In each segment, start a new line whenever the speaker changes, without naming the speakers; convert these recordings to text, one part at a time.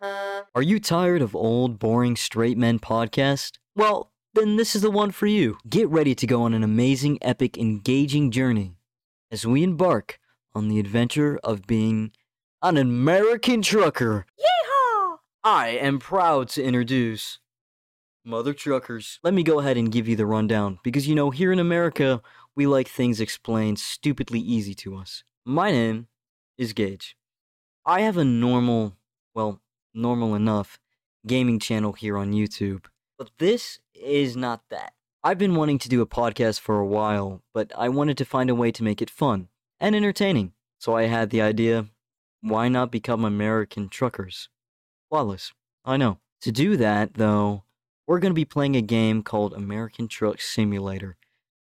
Are you tired of old, boring straight men podcast? Well, then this is the one for you. Get ready to go on an amazing, epic, engaging journey as we embark on the adventure of being an American trucker.
Yeehaw!
I am proud to introduce Mother Truckers. Let me go ahead and give you the rundown because you know, here in America, we like things explained stupidly easy to us. My name is Gage. I have a normal, well, normal enough gaming channel here on YouTube, but this is not that. I've been wanting to do a podcast for a while, but I wanted to find a way to make it fun and entertaining. So I had the idea why not become American truckers? Flawless, I know. To do that, though, we're going to be playing a game called American Truck Simulator.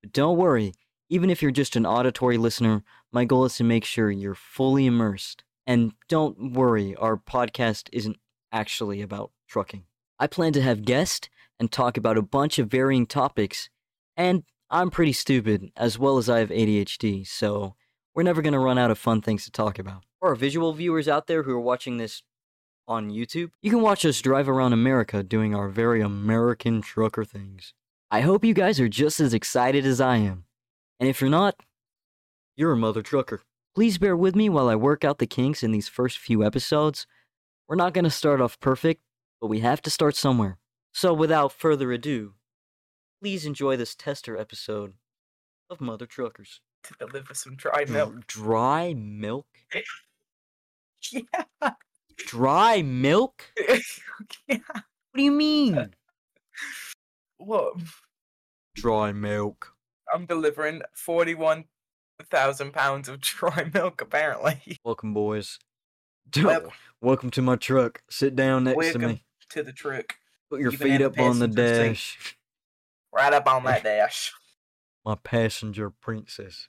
But don't worry, even if you're just an auditory listener, my goal is to make sure you're fully immersed. And don't worry, our podcast isn't actually about trucking. I plan to have guests and talk about a bunch of varying topics. And I'm pretty stupid, as well as I have ADHD, so we're never going to run out of fun things to talk about. For our visual viewers out there who are watching this on YouTube, you can watch us drive around America doing our very American trucker things. I hope you guys are just as excited as I am. And if you're not, you're a mother trucker. Please bear with me while I work out the kinks in these first few episodes. We're not going to start off perfect, but we have to start somewhere. So without further ado, please enjoy this tester episode of Mother Truckers.
to deliver some dry milk.
Dry milk?
yeah.
Mm. Dry milk?
yeah.
What do you
Uh,
mean?
What?
Dry milk.
I'm delivering 41,000 pounds of dry milk, apparently.
Welcome, boys.
Well-
Welcome to my truck. Sit down next to
Welcome.
me.
to the truck.
Put your
You
feet
banana
up on the
passenger seat.
dash.
Right up on that dash.
My passenger princess.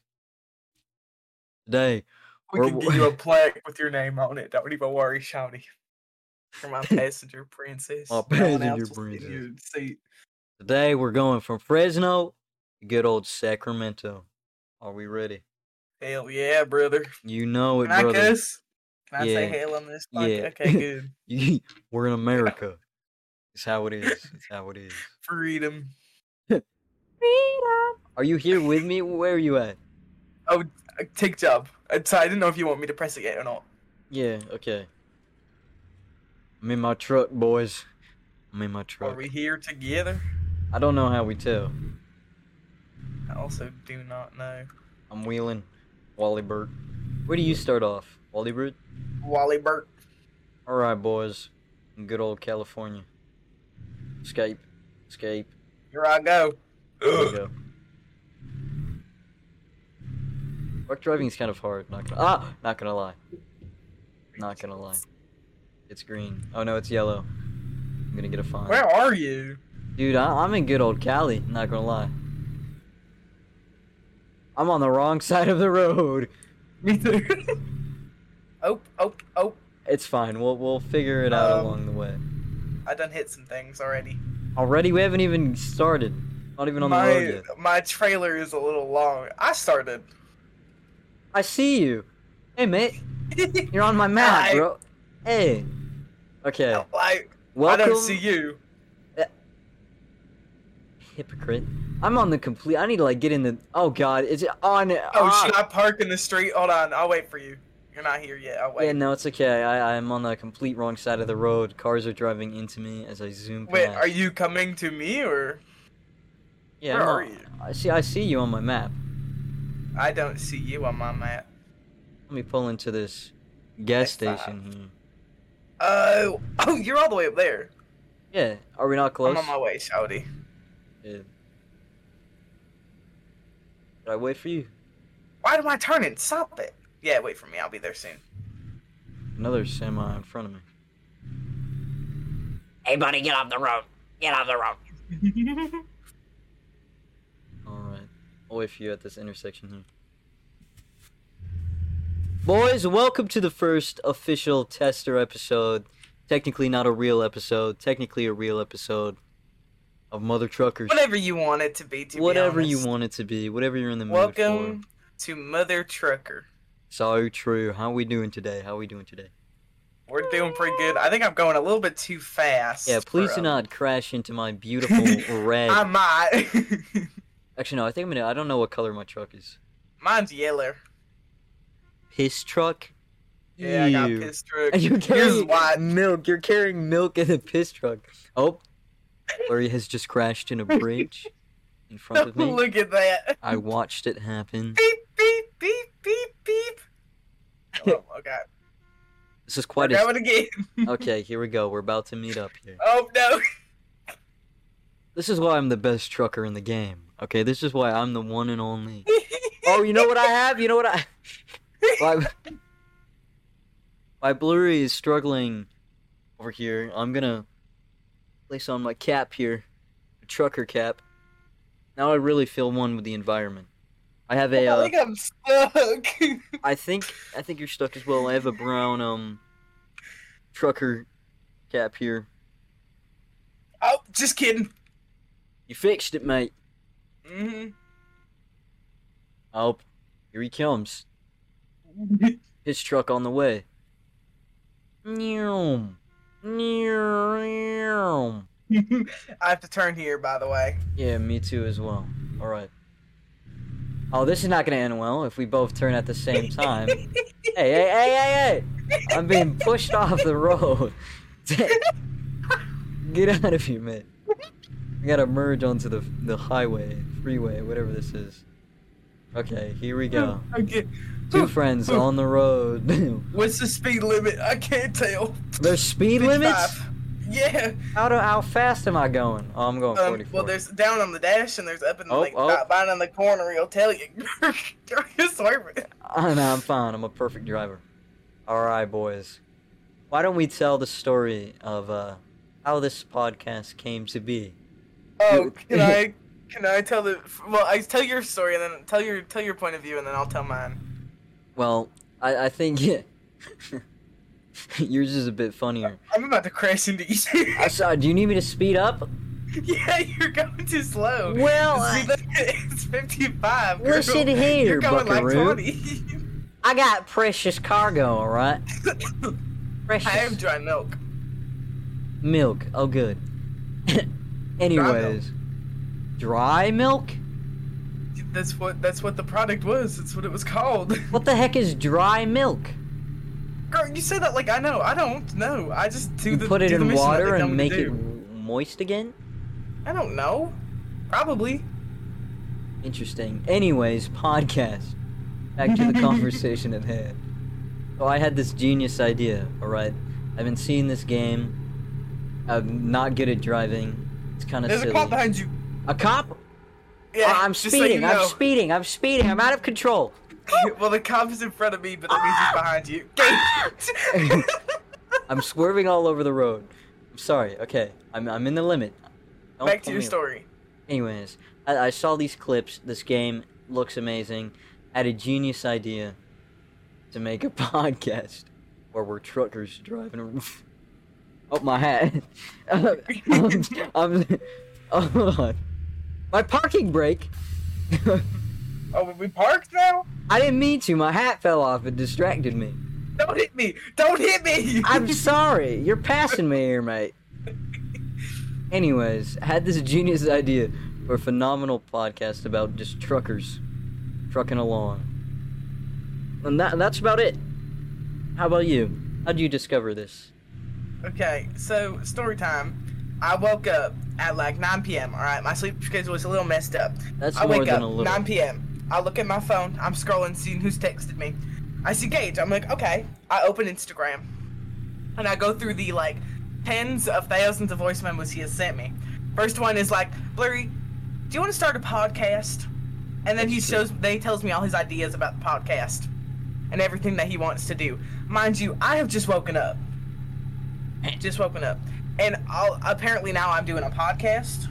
Today,
We
Or
can
w-
give you a plaque with your name on it. Don't even worry, Shouty. For my passenger princess.
My
No one
passenger
else will sit in your seat.
today we're going from Fresno to good old Sacramento. Are we ready?
Hell yeah, brother.
You know it,
Can I
brother.
cuss? Can I say
Yeah.
hell on this
Yeah.
podcast? Okay, good.
You- We're in America. It's how it is. It's how it is.
Freedom.
Freedom!
Are you here with me? Where are you at?
Uh, Take job. Uh, So I didn't know if you want me to press it yet or not.
Yeah, okay. I'm in my truck, boys. I'm in my
Are
truck.
we here together?
I don't know how we tell.
I also do not know.
I'm wheeling Wally Bird. Where do you start off, Wally Bird?
Wally Burt.
All right, boys. In good old California. Escape. Escape.
Here I go.
Here we go. Truck driving is kind of hard. Not gonna, ah, not gonna lie. Not gonna lie. It's green. Oh no, it's yellow. I'm gonna get a fine.
Where are you?
Dude, I, I'm in good old Cali. Not gonna lie. I'm on the wrong side of the road.
Me too. oh, oh, oh.
It's fine. We'll we'll figure it out
Um,
along the way.
I done hit some things already.
Already, we haven't even started. Not even on the road
My
yet.
my trailer is a little long. I started.
I see you. Hey, mate. You're on my map,
Hi.
bro. Hey. Okay.
like
Welcome.
I don't see you.
Hypocrite. I'm on the complete. I need to like get in the. Oh God, it's on. Oh
Oh, should I park in the street? Hold on, I'll wait for you. You're not here yet. I'll wait.
Yeah, no, it's okay. I I'm on the complete wrong side of the road. Cars are driving into me as I zoom past.
wait, are you coming to me or?
Yeah.
where
I'm
are
on-
you?
I see. I see you on my map.
I don't see you on my map.
Let me pull into this gas
Next
station here.
Oh, oh, you're all the way up there.
Yeah. Are we not close?
I'm on my way, Shouty.
Yeah. Did I wait for you?
Why do I turn it? Stop it. Yeah, wait for me. I'll be there soon.
Another semi in front of me.
Hey, buddy, get off the road. Get off the road.
All right. I'll wait for you at this intersection here. Boys, welcome to the first official tester episode. Technically not a real episode, technically a real episode of Mother Truckers.
Whatever you want it to be. To be
Whatever you
honest.
want it to be, whatever you're in the mood
Welcome
for.
to Mother Trucker.
So true. How we doing today? How we doing today?
We're doing pretty good. I think I'm going a little bit too fast.
Yeah, please
for,
do
um,
not crash into my beautiful red.
I might.
Actually, no, I think I'm gonna. I don't know what color my truck is.
Mine's yellow.
Piss truck?
Yeah, I got
Ew.
pissed through.
And you're
Here's
carrying
why.
milk. You're carrying milk in a piss truck. Oh, Larry has just crashed in a bridge in front of me.
Look at that.
I watched it happen.
Beep, beep, beep, beep, beep. Oh, okay.
This is
We're
quite a.
going again.
Okay, here we go. We're about to meet up here.
Oh, no.
This is why I'm the best trucker in the game. Okay, this is why I'm the one and only. Oh, you know what I have? You know what I. My, my blurry is struggling over here. I'm gonna place on my cap here, a trucker cap. Now I really feel one with the environment. I have a.
I
Uh,
think I'm stuck.
I think I think you're stuck as well. I have a brown um trucker cap here.
oh, just kidding.
You fixed it, mate.
hmm
Oh, here he comes. His truck on the way. Meow. Meow.
I have to turn here, by the way.
Yeah, me too as well. All right. Oh, this is not gonna end well if we both turn at the same time. hey, hey, hey, hey, hey! I'm being pushed off the road. Get out of here, man. We gotta merge onto the the highway, freeway, whatever this is. Okay, here we go.
Okay.
Two friends on the road.
What's the speed limit? I can't tell.
There's speed limits.
55. Yeah.
How do how fast am I going? Oh, I'm going
Um,
44.
well, there's down on the dash and there's up in the
Oh,
like
oh.
top behind on the corner. He'll tell you. It's over.
I know, I'm fine. I'm a perfect driver. All right, boys. Why don't we tell the story of uh, how this podcast came to be?
Oh, can I? Can I tell the? Well, I tell your story and then tell your tell your point of view and then I'll tell mine.
Well, I, I think yeah, yours is a bit funnier.
I'm about to crash into you.
I saw. Do you need me to speed up?
yeah, you're going too slow.
Well,
See,
I,
look, it's 55. Girl.
Listen here,
You're going
buckaroo.
like 20.
I got precious cargo. All right, precious
I am dry milk.
milk. Oh, good. Anyways, dry milk.
That's what that's what the product was. That's what it was called.
What the heck is dry milk?
Girl, you say that like I know. I don't know. I just do
You
the
put it
do the
in
mission that they
water
tell me
and
to
make it
do.
moist again.
I don't know. Probably.
Interesting. Anyways, podcast. Back to the conversation at hand. So I had this genius idea, alright? I've been seeing this game. I'm not good at driving. It's kind of
There's
silly.
a cop behind you.
A cop?
Yeah,
I- I'm
just so you
speeding. I'm
know.
speeding. I'm speeding. I'm out of control.
well, the cop is in front of me, but that means he's behind you.
I'm swerving all over the road. I'm sorry. Okay. I'm, I'm in the limit. Don't
Back to
pull
your
me over.
story.
Anyways, I, I saw these clips. This game looks amazing. I had a genius idea to make a podcast where we're truckers driving. a- Oh, my hat. Um, um, hold on. My parking brake.
Oh, we- we parked now?
I didn't mean to. My hat fell off. It distracted me.
Don't hit me! Don't hit me!
I'm sorry. You're passing me here, mate. Anyways, I had this genius idea for a phenomenal podcast about just truckers trucking along. And that that's about it. How about you? How'd you discover this?
Okay, so story time. I woke up at like 9 p.m. All right, my sleep schedule is a little messed up.
That's
I
more
wake
than
up
a little.
9 p.m. I look at my phone. I'm scrolling, seeing who's texted me. I see Gage. I'm like, okay. I open Instagram, and I go through the like tens of thousands of voice memos he has sent me. First one is like, Blurry, do you want to start a podcast? And then he
That's true.
shows, they tells me all his ideas about the podcast and everything that he wants to do. Mind you, I have just woken up. Just woken up. And I'll, apparently now I'm doing a podcast.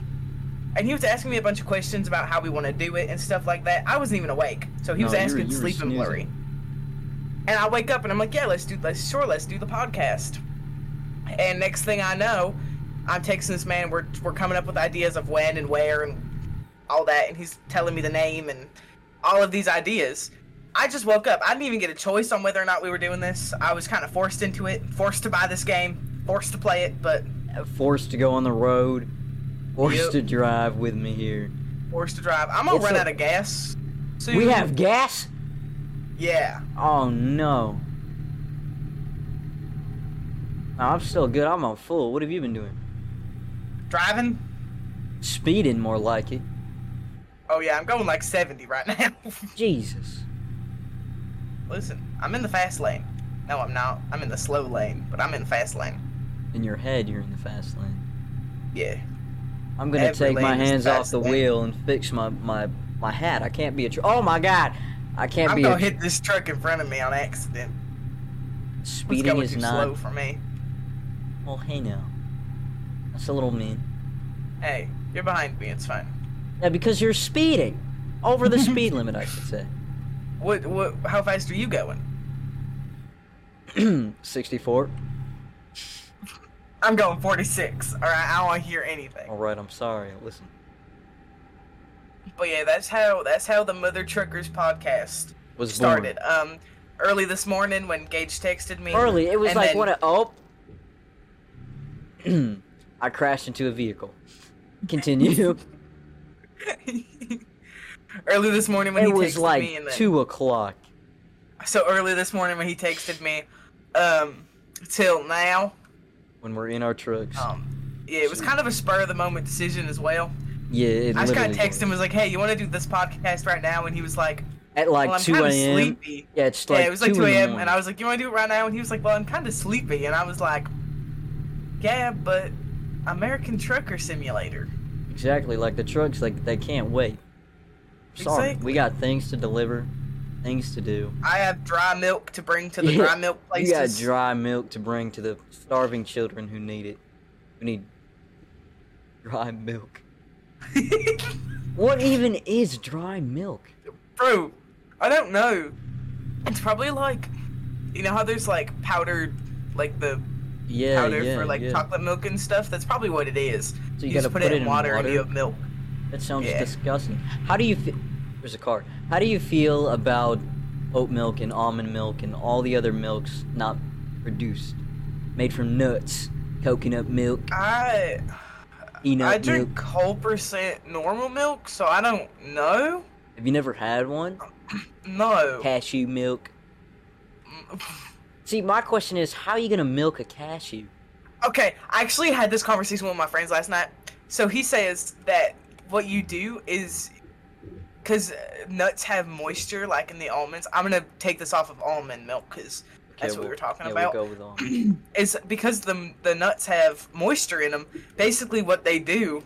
And he was asking me a bunch of questions about how we want to do it and stuff like that. I wasn't even awake. So he
No,
was
you were-
asking
you were
sleep and
snoozing.
blurry. And I wake up and I'm like, yeah, let's do let's sure, let's do the podcast. And next thing I know, I'm texting this man. We're we're coming up with ideas of when and where and all that, and he's telling me the name and all of these ideas. I just woke up. I didn't even get a choice on whether or not we were doing this. I was kind of forced into it, forced to buy this game, forced to play it, but
Forced to go on the road, forced
Yep.
to drive with me here.
forced to drive. I'm gonna
It's
run
a-
out of gas. Soon.
We have gas?
Yeah.
Oh no. No, I'm still good. I'm on full. What have you been doing?
Driving?
Speeding, more like it.
Oh yeah, I'm going like 70 right now.
Jesus.
Listen, I'm in the fast lane. No, I'm not. I'm in the slow lane, but I'm in the fast lane.
In your head, you're in the fast lane.
Yeah.
I'm gonna
Every
take my
lane is
hands
fast
off the
lane.
wheel and fix my my my hat. I can't be a. Tr- oh my god, I can't
I'm
be. A
gonna hit this truck in front of me on accident. It's
speeding
going
is
too
not.
slow for me.
Well, hey now, that's a little mean.
Hey, you're behind me. It's fine.
Yeah, because you're speeding over the speed limit, I should say.
What? What? How fast are you going?
64.
I'm going 46. All right, I don't want to hear anything.
All right, I'm sorry. Listen,
But yeah, that's how that's how the Mother Truckers podcast
was
started. Um, early this morning when Gage texted me.
born early. It was
and
like
then-
what? A, oh, I crashed into a vehicle. Continue.
early this morning when
it
he
was
texted
like
me. And then,
two o'clock.
So early this morning when he texted me, um, till now,
When we're in our trucks,
um, yeah, it was kind of a spur of the moment decision as well.
yeah, it
I just kind
literally
of texted him
was.
was like, "Hey, you want to do this podcast right now?" And he was like,
at like
"Well, I'm
two
kind of
a.m.
sleepy."
Yeah, it's
Yeah,
like
it was like 2
in the
a.m.
morning.
and I was like, "You want to do it right now?" And he was like, "Well, I'm kind of sleepy." And I was like, "Yeah, but American Trucker Simulator."
exactly like the trucks like they can't wait. Sorry,
Exactly.
we got things to deliver, things to do.
I have dry milk to bring to the
Yeah,
dry milk places.
You got dry milk to bring to the starving children who need it. We need dry milk. What even is dry milk?
Bro, I don't know. It's probably like, you know how there's like powdered, like the
Yeah,
powder
yeah,
for like
yeah.
chocolate milk and stuff. That's probably what it is.
So you,
just
gotta
put, it in water, and you have milk.
That sounds
Yeah.
disgusting. How do you feel? There's a car. How do you feel about oat milk and almond milk and all the other milks not produced, made from nuts, coconut milk,
I
peanut
I drink
milk?
whole percent normal milk, so I don't know.
Have you never had one?
No. Mm,
Cashew milk. See, my question is, how are you gonna milk a cashew?
Okay, I actually had this conversation with my friends last night. So he says that what you do is because nuts have moisture, like in the almonds. I'm gonna take this off of almond milk because that's
Okay,
what we
we'll-
were talking
yeah,
about.
We'll go with almond.
is because the the nuts have moisture in them. Basically, what they do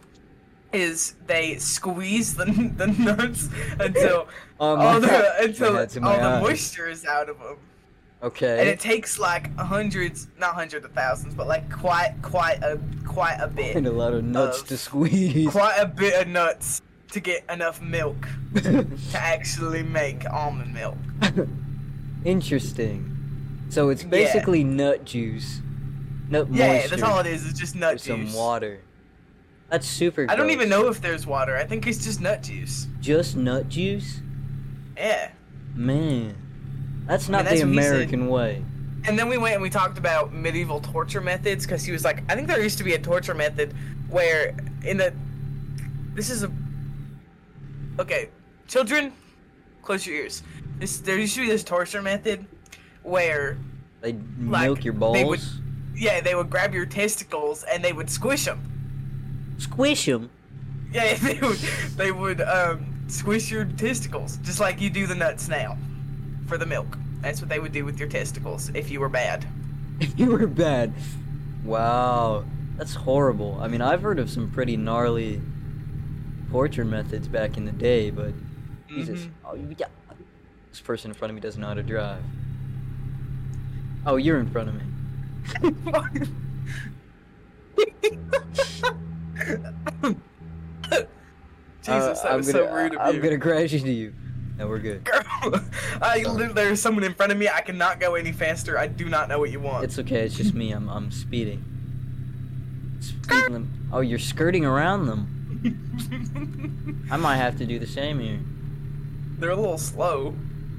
is they squeeze the the nuts until
Oh my
all the
God, my
until all
head's in my
the
eyes.
moisture is out of them, and
Okay.
it takes like hundreds, not hundreds of thousands, but like quite quite a quite a
And
bit,
a lot of nuts
of-
to squeeze.
quite a bit of nuts to get enough milk to actually make almond milk.
Interesting. So it's
Yeah.
basically nut juice, nut
Yeah,
moisture,
that's all it is. It's just nut
with some
juice.
water. That's super.
I don't
gross.
even know if there's water. I think it's just nut juice.
Just nut juice,
Yeah.
man. That's not
that's
the
what he said.
American way.
And then we went and we talked about medieval torture methods because he was like, I think there used to be a torture method where in the this is a okay, children, close your ears. This there used to be this torture method where
They milk your balls,
they would- yeah they would grab your testicles and they would squish them.
squish them.
Yeah, they would they would um, squish your testicles just like you do the nuts now for the milk. That's what they would do with your testicles if you were bad.
If you were bad, wow, that's horrible. I mean, I've heard of some pretty gnarly torture methods back in the day, but Jesus,
Mhm.
oh, you- yeah. this person in front of me doesn't know how to drive. Oh, you're in front of me.
Jesus,
Uh,
that
I'm
was
gonna,
so rude of
I'm
you.
gonna crash into you. No, we're good.
Girl, I li- there's someone in front of me. I cannot go any faster. I do not know what you want.
It's okay. It's just me. I'm I'm speeding. Speed lim- Oh, you're skirting around them. I might have to do the same here.
They're a little slow.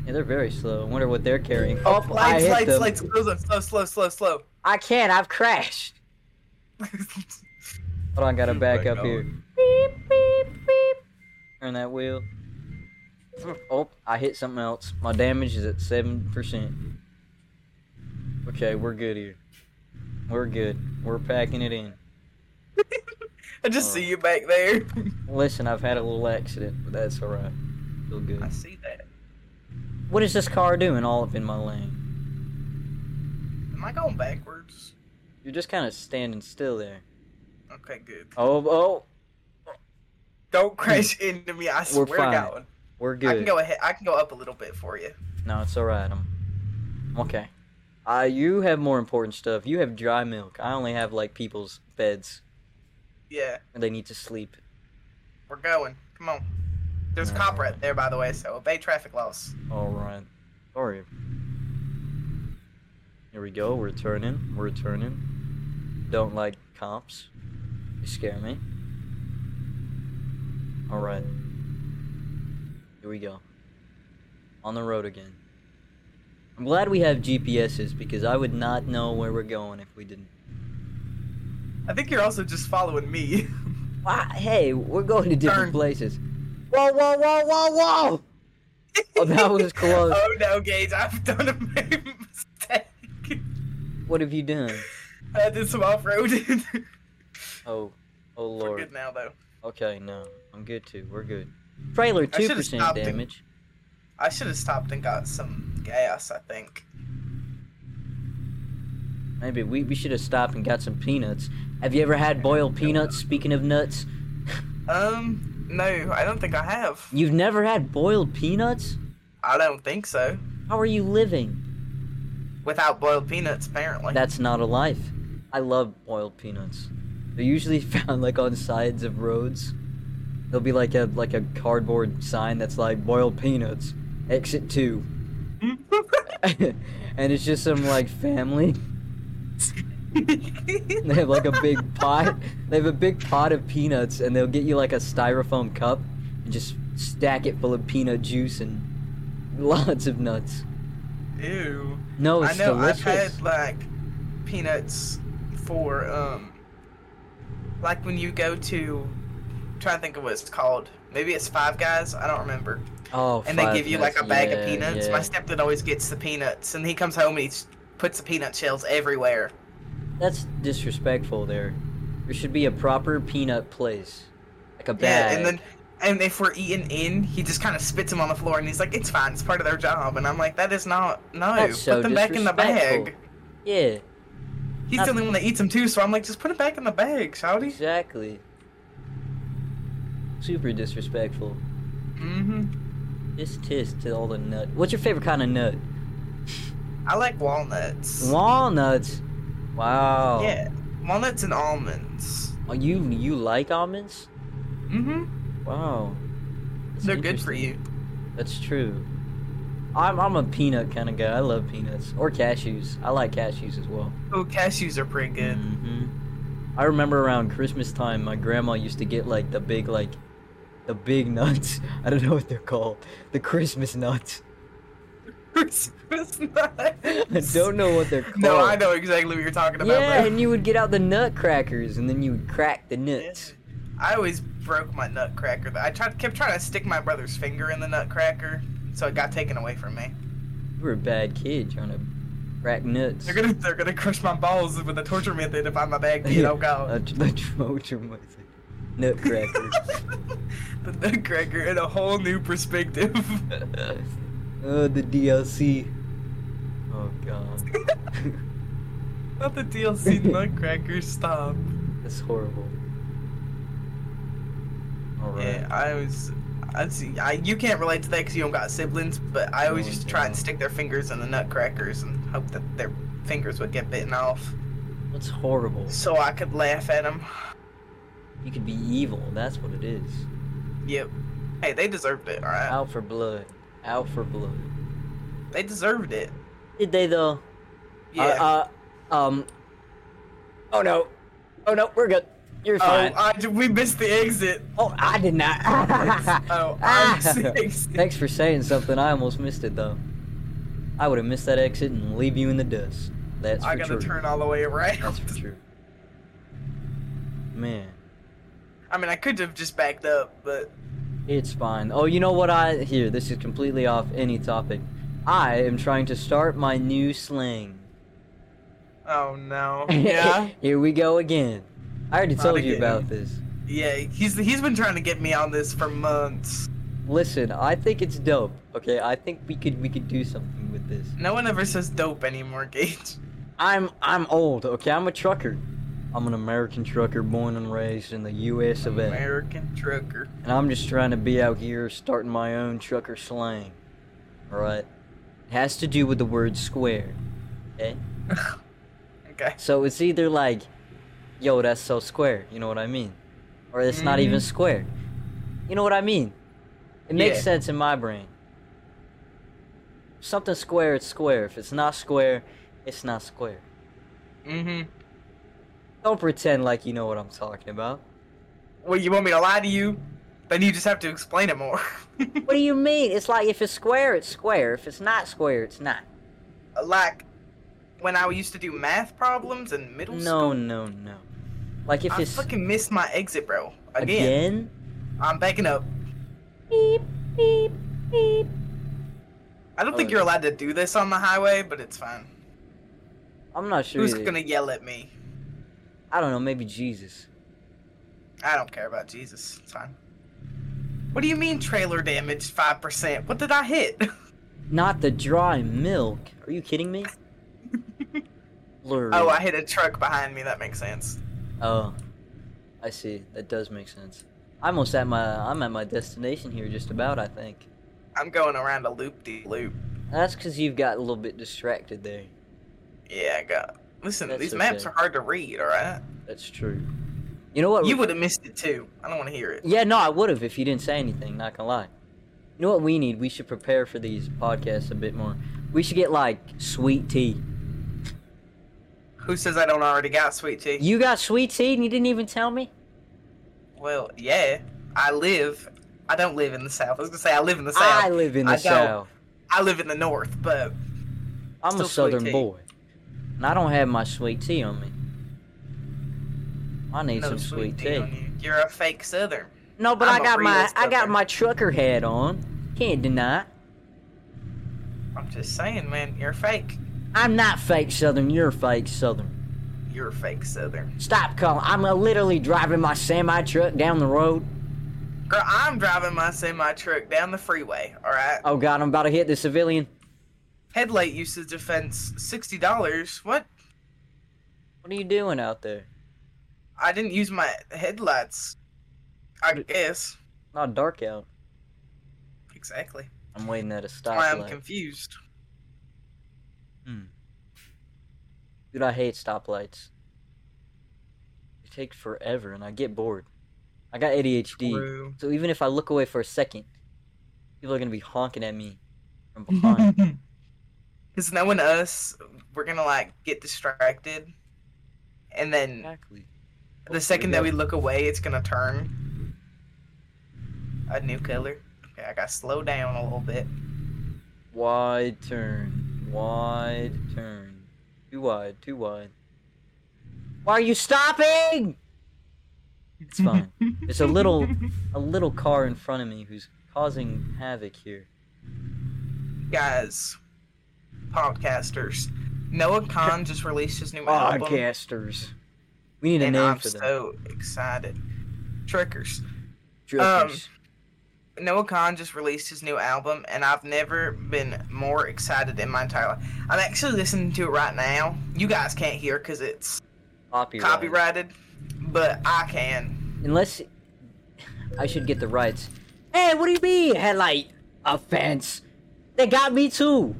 Yeah, they're very slow. I wonder what they're carrying.
Oh,
I
lights,
hit
lights,
them.
lights, slow, slow, slow, slow, slow, slow.
I can't. I've crashed. Hold on,
Hmm.
gotta
Keep
back
back
up
on.
here. Beep, beep, beep. Turn that wheel. Oh, I hit something else. My damage is at 7%. Okay, we're good here. We're good. We're packing it in.
I just
Oh.
see you back there.
Listen, I've had a little accident, but that's alright. Feel
I
good.
see that.
What is this car doing all up in my lane?
Am I going backwards?
You're just kind of standing still there.
Okay, good.
Oh, oh,
Don't crash into me. I swear to
fine.
God.
we're good.
I can go ahead. I can go up a little bit for you.
No, it's alright. I'm I'm okay. Uh, you have more important stuff. You have dry milk. I only have like people's beds,
Yeah,
and they need to sleep.
we're going. Come on. There's a cop right there, by the way. So obey traffic laws.
All right. Sorry. Here we go. We're turning. We're turning. Don't like cops. They scare me. All right. Here we go. On the road again. I'm glad we have GPSs because I would not know where we're going if we didn't.
I think you're also just following me.
Why, hey, we're going to different
Turn.
places. Whoa, whoa, whoa, whoa, whoa! Oh, that was close.
oh no, Gage! I've done a big mistake.
What have you done?
I did some off-roading.
Oh, oh
we're good
lord.
now, though.
Okay, no, I'm good too. We're good. Trailer
I
two
should've
percent
stopped it.
damage.
I should have stopped and got some gas. I think.
Maybe we we should have stopped and got some peanuts. Have you ever had boiled peanuts? Speaking of nuts,
Um, no, I don't think I have.
you've never had boiled peanuts?
I don't think so.
How are you living?
Without boiled peanuts, apparently.
That's not a life. I love boiled peanuts. They're usually found like on sides of roads. There'll be like a like a cardboard sign that's like boiled peanuts, exit two. and it's just some like family. They have like a big pot. They have a big pot of peanuts, and they'll get you like a styrofoam cup and just stack it full of peanut juice and lots of nuts.
Ew.
No,
I
it's
know
delicious.
I've had like peanuts for um like when you go to I'm trying to think of what it's called. Maybe it's Five Guys. I don't remember.
oh,
And they
Five
give you
Guys.
like a bag
Yeah,
of peanuts. My
yeah.
stepdad always gets the peanuts, and he comes home and he s- puts the peanut shells everywhere.
That's disrespectful. There, there should be a proper peanut place, like a
Yeah,
bag.
and then and if we're eating in, he just kind of spits them on the floor, and he's like, "It's fine. It's part of their job." And I'm like, "That is not no.
That's so
put them back in the bag."
disrespectful. yeah,
He's
That's-
the only one that eats them too, so I'm like, "Just put it back in the bag, shouty."
exactly. Super disrespectful.
Mm-hmm.
This tis to all the nut. What's your favorite kind of nut?
I like walnuts.
Walnuts. Wow.
Yeah, walnuts and almonds.
Oh, you you like almonds?
Mm-hmm.
Wow. That's
They're good for
interesting.
you.
That's true. I'm I'm a peanut kind of guy. I love peanuts or cashews. I like cashews as well.
Oh, cashews are pretty good.
hmm I remember around Christmas time, my grandma used to get like the big like, the big nuts. I don't know what they're called. The Christmas nuts.
Christmas
I
nuts.
don't know what they're called.
No, I know exactly what you're talking about.
Yeah,
bro.
and you would get out the nutcrackers, and then you would crack the nuts.
I always broke my nutcracker. I tried, kept trying to stick my brother's finger in the nutcracker, so it got taken away from me.
You were a bad kid trying to crack nuts.
They're gonna, they're gonna crush my balls with a torture method if I'm a bag kid. Oh
A
god.
tr- the Trojan was a nutcracker.
the nutcracker in a whole new perspective.
oh, the DLC. Oh god,
Not the DLC nutcracker. Stop.
that's horrible. All right.
Yeah, I was. I see. I you can't relate to that because you don't got siblings, but I always
No, I
used to try
don't.
and stick their fingers in the nutcrackers and hope that their fingers would get bitten off,
That's horrible.
so I could laugh at them.
You could be evil. That's what it is.
Yep. Hey, they deserved it. All right,
Out for blood. Out for blood.
they deserved it.
Did they though?
Yeah.
Uh, uh, um. Oh no. Oh no. We're good.
You're
Oh,
fine.
I, we missed the exit.
oh, I did not.
Oh, I
Ah.
missed the exit.
Thanks for saying something. I almost missed it though. I would have missed that exit and leave you in the dust. That's
I
for
gotta
sure.
turn all the way
That's
around.
for sure. Man,
I mean, I could have just backed up, but
it's fine. Oh, you know what? I here. This is completely off any topic. I am trying to start my new slang.
oh no. Yeah.
here we go again. I already
Not
told you
again.
about this.
yeah. He's he's been trying to get me on this for months.
Listen, I think it's dope. Okay, I think we could we could do something with this.
No one ever says dope anymore, Gage.
I'm I'm old. Okay, I'm a trucker. I'm an American trucker, born and raised in the U.S. of A.
American trucker.
And I'm just trying to be out here starting my own trucker slang. Alright? It has to do with the word square. Okay?
Okay.
So it's either like, yo, that's so square, you know what I mean? Or it's not even
Mhm.
square. You know what I mean? It makes
Yeah.
sense in my brain. Something square, it's square. If it's not square, it's not square.
Mm-hmm.
Don't pretend like you know what I'm talking about.
Well, you want me to lie to you? Then you just have to explain it more.
What do you mean? It's like if it's square, it's square. If it's not square, it's not.
like when I used to do math problems in middle school.
No, no, no. Like if
I
it's
fucking missed my exit, bro. Again,
again,
I'm backing up.
beep, beep, beep.
I don't think
Oh.
you're allowed to do this on the highway, but it's fine.
I'm not sure.
Who's
either.
gonna yell at me?
I don't know. Maybe Jesus.
I don't care about Jesus. It's fine. What do you mean trailer damage five percent? What did I hit?
Not the dry milk. Are you kidding me? Lure.
oh, I hit a truck behind me. That makes sense.
Oh, I see. That does make sense. I'm almost at my. I'm at my destination here, just about. I think.
I'm going around a loop de loop.
That's because you've got a little bit distracted there.
Yeah, I got. Listen,
That's
these maps
okay.
are hard to read. All right,
That's true. You know what?
you would have missed it too. I don't want to hear it.
Oh. Yeah, no, I would have if you didn't say anything, not gonna lie. You know what we need? We should prepare for these podcasts a bit more. We should get like sweet tea.
Who says I don't already got sweet tea?
You got sweet tea and you didn't even tell me?
Well, yeah, I live. I don't live in the south. I was gonna say I live in the
I
south.
live in the
I don't.
South.
I, live in the north, but
I'm a
Still sweet
southern
tea.
boy. And I don't have my sweet tea on me. I need
no
some sweet tea.
on you. You're a fake southern.
No, but
I'm
I
a
got
real
my I got
southern.
my trucker hat on. Can't deny. it.
I'm just saying, man. You're fake.
I'm not fake southern, you're fake southern.
You're a fake southern.
Stop calling. I'm uh, literally driving my semi truck down the road.
Girl, I'm driving my semi truck down the freeway. All right.
Oh god, I'm about to hit the civilian.
Headlight usage defense sixty dollars. What?
What are you doing out there?
I didn't use my headlights. I guess.
Not dark out.
Exactly.
I'm waiting at a
Why I'm
stoplight.
confused.
Dude, I hate stoplights. They take forever, and I get bored. I got ADHD,
True.
so even if I look away for a second, people are gonna be honking at me from behind.
Because knowing us, we're gonna like get distracted, and then
exactly.
the second that we look away, it's gonna turn a new color. Okay, I gotta slow down a little bit.
Wide turn, wide turn, too wide, too wide. Why are you stopping? It's fine. There's a little, a little car in front of me who's causing havoc here.
Guys, podcasters, Noah Khan just released his
Oh,
new album,
Podcasters. Ah, We need a
and
name
I'm
for them.
so excited. Truckers. um,
Drippers.
Noah Khan just released his new album, and I've never been more excited in my entire life. I'm actually listening to it right now. You guys can't hear because it's
copyright.
copyrighted, but I can.
Unless I should get the rights. Hey, what do you mean headlight offense? They got me too.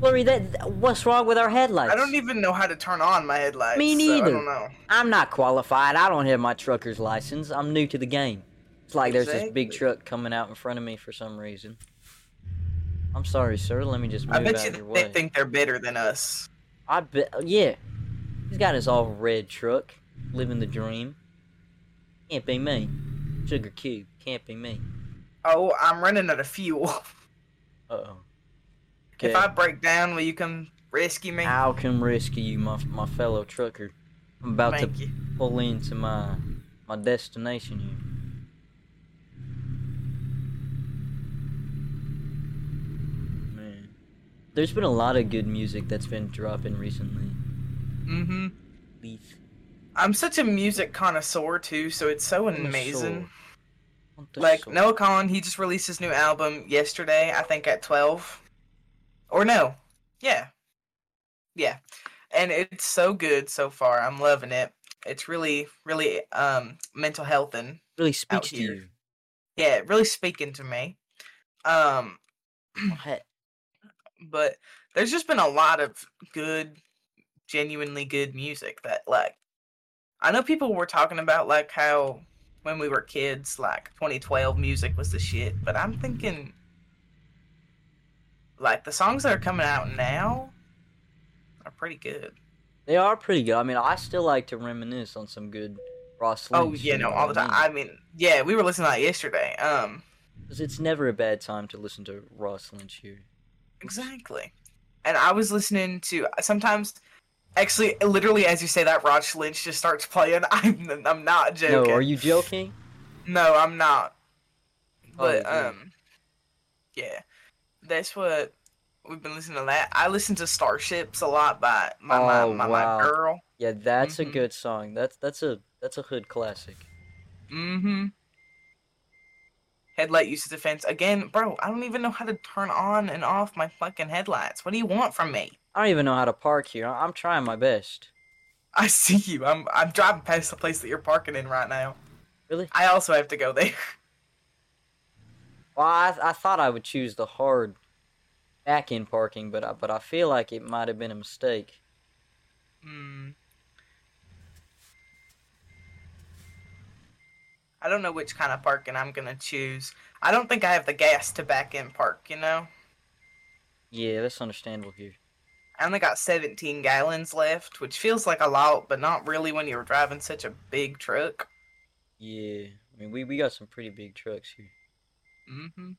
Blurry, that what's wrong with our headlights?
I don't even know how to turn on my headlights.
Me
So I
neither.
don't know.
I'm not qualified. I don't have my trucker's license. I'm new to the game. It's like there's this big
Exactly.
truck coming out in front of me for some reason. I'm sorry, sir. Let me just move
I bet
out
you
of your
they
way.
think they're better than us.
I bet. Yeah, he's got his all red truck, living the dream. Can't be me. Sugar cube. Can't be me.
Oh, I'm running out of fuel.
Uh oh.
If I break down, will you come rescue me?
I'll come rescue you, my my fellow trucker. I'm about
Thank
to
you.
pull into my my destination here. Man, there's been a lot of good music that's been dropping recently.
Mm-hmm.
Leaf.
I'm such a music connoisseur too, so it's so
on the
amazing.
soul. On the
Like
soul.
Noah Khan, he just released his new album yesterday, I think at twelve. Or no. Yeah. Yeah. And it's so good so far. I'm loving it. It's really, really um mental health and
really speaks to
here.
you.
yeah, really speaking to me. Um
What?
but there's just been a lot of good genuinely good music that like i know people were talking about like how when we were kids like 2012 music was the shit but i'm thinking like the songs that are coming out now are pretty good
They are pretty good. I mean, I still like to reminisce on some good Ross.
oh
Lynch,
yeah no all the time i mean yeah we were listening to that yesterday um
Because it's never a bad time to listen to Ross Lynch here.
Exactly. And I was listening to sometimes, actually, literally as you say that, Rod Lynch just starts playing. I'm I'm not joking.
No, are you joking?
No, I'm not.
Oh,
But
yeah.
um, yeah, that's what we've been listening to. That I listen to Starships a lot by my
Oh,
my, my,
wow.
my girl.
Yeah, that's a
Mhm.
good song. That's that's a that's a hood classic.
Mm-hmm. Headlight use of defense again, bro. I don't even know how to turn on and off my fucking headlights. What do you want from me?
I don't even know how to park here. I- I'm trying my best.
I see you. I'm I'm driving past the place that you're parking in right now.
Really?
I also have to go there.
Well, I, I thought I would choose the hard back end parking, but I, but I feel like it might have been a mistake.
Hmm. I don't know which kind of parking I'm gonna choose. I don't think I have the gas to back in park. You know,
Yeah, that's understandable here.
I only got 17 gallons left, which feels like a lot, but not really when you're driving such a big truck.
Yeah, I mean we we got some pretty big trucks here.
Mm-hmm.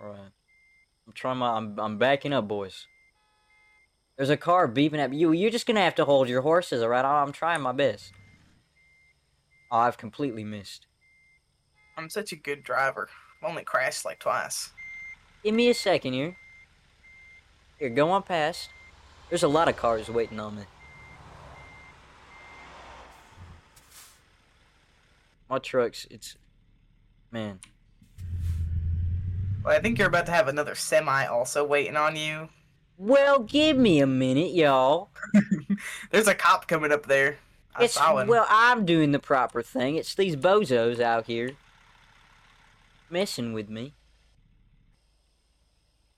All right, I'm trying my I'm I'm backing up, boys. There's a car beeping at you. You're just gonna have to hold your horses, all right? I- I'm trying my best. Oh, I've completely missed.
I'm such a good driver. I've only crashed like twice.
Give me a second here. Here, go on past. There's a lot of cars waiting on me. My truck's it's man.
Well, I think you're about to have another semi also waiting on you.
Well, give me a minute, y'all.
There's a cop coming up there. I
It's
saw him.
well, I'm doing the proper thing. It's these bozos out here messing with me.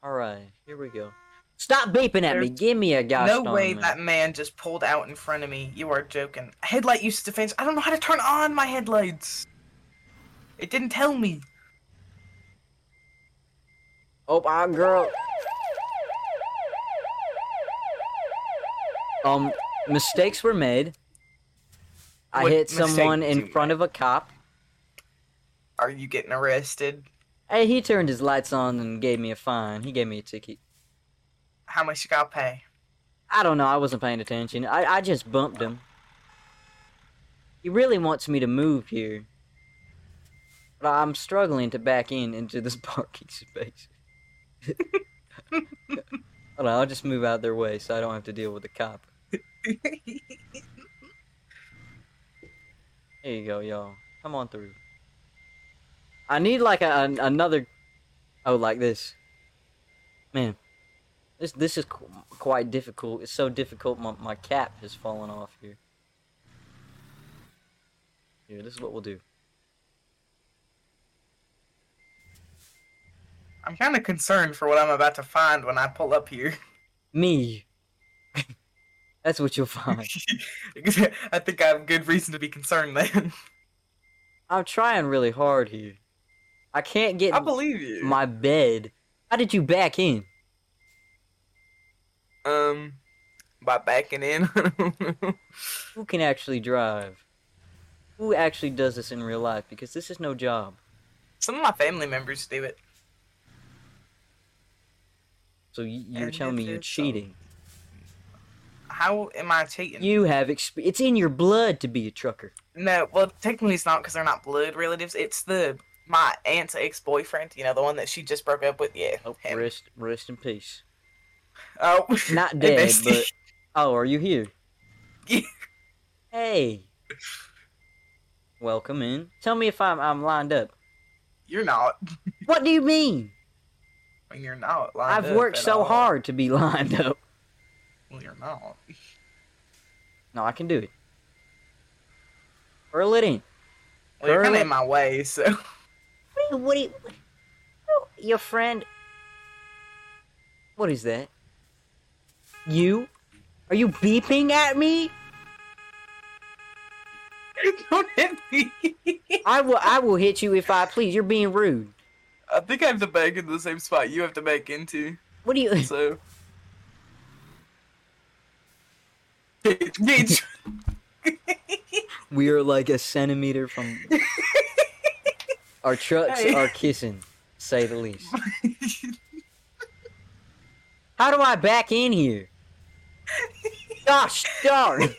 All right, here we go. Stop beeping at me.
There's
Give me a gosh
no
darn
way
minute.
that man just pulled out in front of me. You are joking. Headlight use defense. I don't know how to turn on my headlights. It didn't tell me.
Oh, my girl. Um, mistakes were made. I
What
hit someone
mistakes
in
you
front of a cop.
Are you getting arrested?
Hey, he turned his lights on and gave me a fine. He gave me a ticket.
How much you gotta pay?
I don't know. I wasn't paying attention. I, I just bumped him. He really wants me to move here. But I'm struggling to back in into this parking space. Hold on, I'll just move out their way so I don't have to deal with the cop. There you go, y'all. Come on through. I need like a, an another. Oh, like this. Man, this this is qu- quite difficult. It's so difficult. My my cap has fallen off here. Here, this is what we'll do.
I'm kind of concerned for what I'm about to find when I pull up here.
Me. That's what you'll find.
I think I have good reason to be concerned then.
I'm trying really hard here. I can't get
I believe you.
my bed. How did you back in?
um, by backing in.
Who can actually drive? Who actually does this in real life? Because this is no job.
Some of my family members do it.
So you, you were
And
telling me
this
you're
is, um,
cheating.
How am I cheating?
You have exp- it's in your blood to be a trucker.
No, well, technically it's not because they're not blood relatives. It's the my aunt's ex boyfriend. You know, the one that she just broke up with. Yeah.
Oh,
him.
rest, rest in peace.
Oh,
Not
and
dead,
that's-
but oh, are you here?
Yeah.
hey, welcome in. Tell me if I'm I'm lined up.
you're not.
What do you mean?
When you're not. lined
I've
up
worked
at
so
all.
hard to be lined up.
Well, you're not.
No, I can do it. Earl it in.
Well, you're kind
Girl.
of in my way, so
What? do you- What? do you- what oh, your friend? What is that? You? Are you beeping at me?
don't hit me.
I will. I will hit you if I please. You're being rude.
I think I have to back into the same spot you have to back into.
What do you?
So. Bitch.
We are like a centimeter from our trucks
Hey.
are kissing, say the least. How do I back in here? Gosh darn!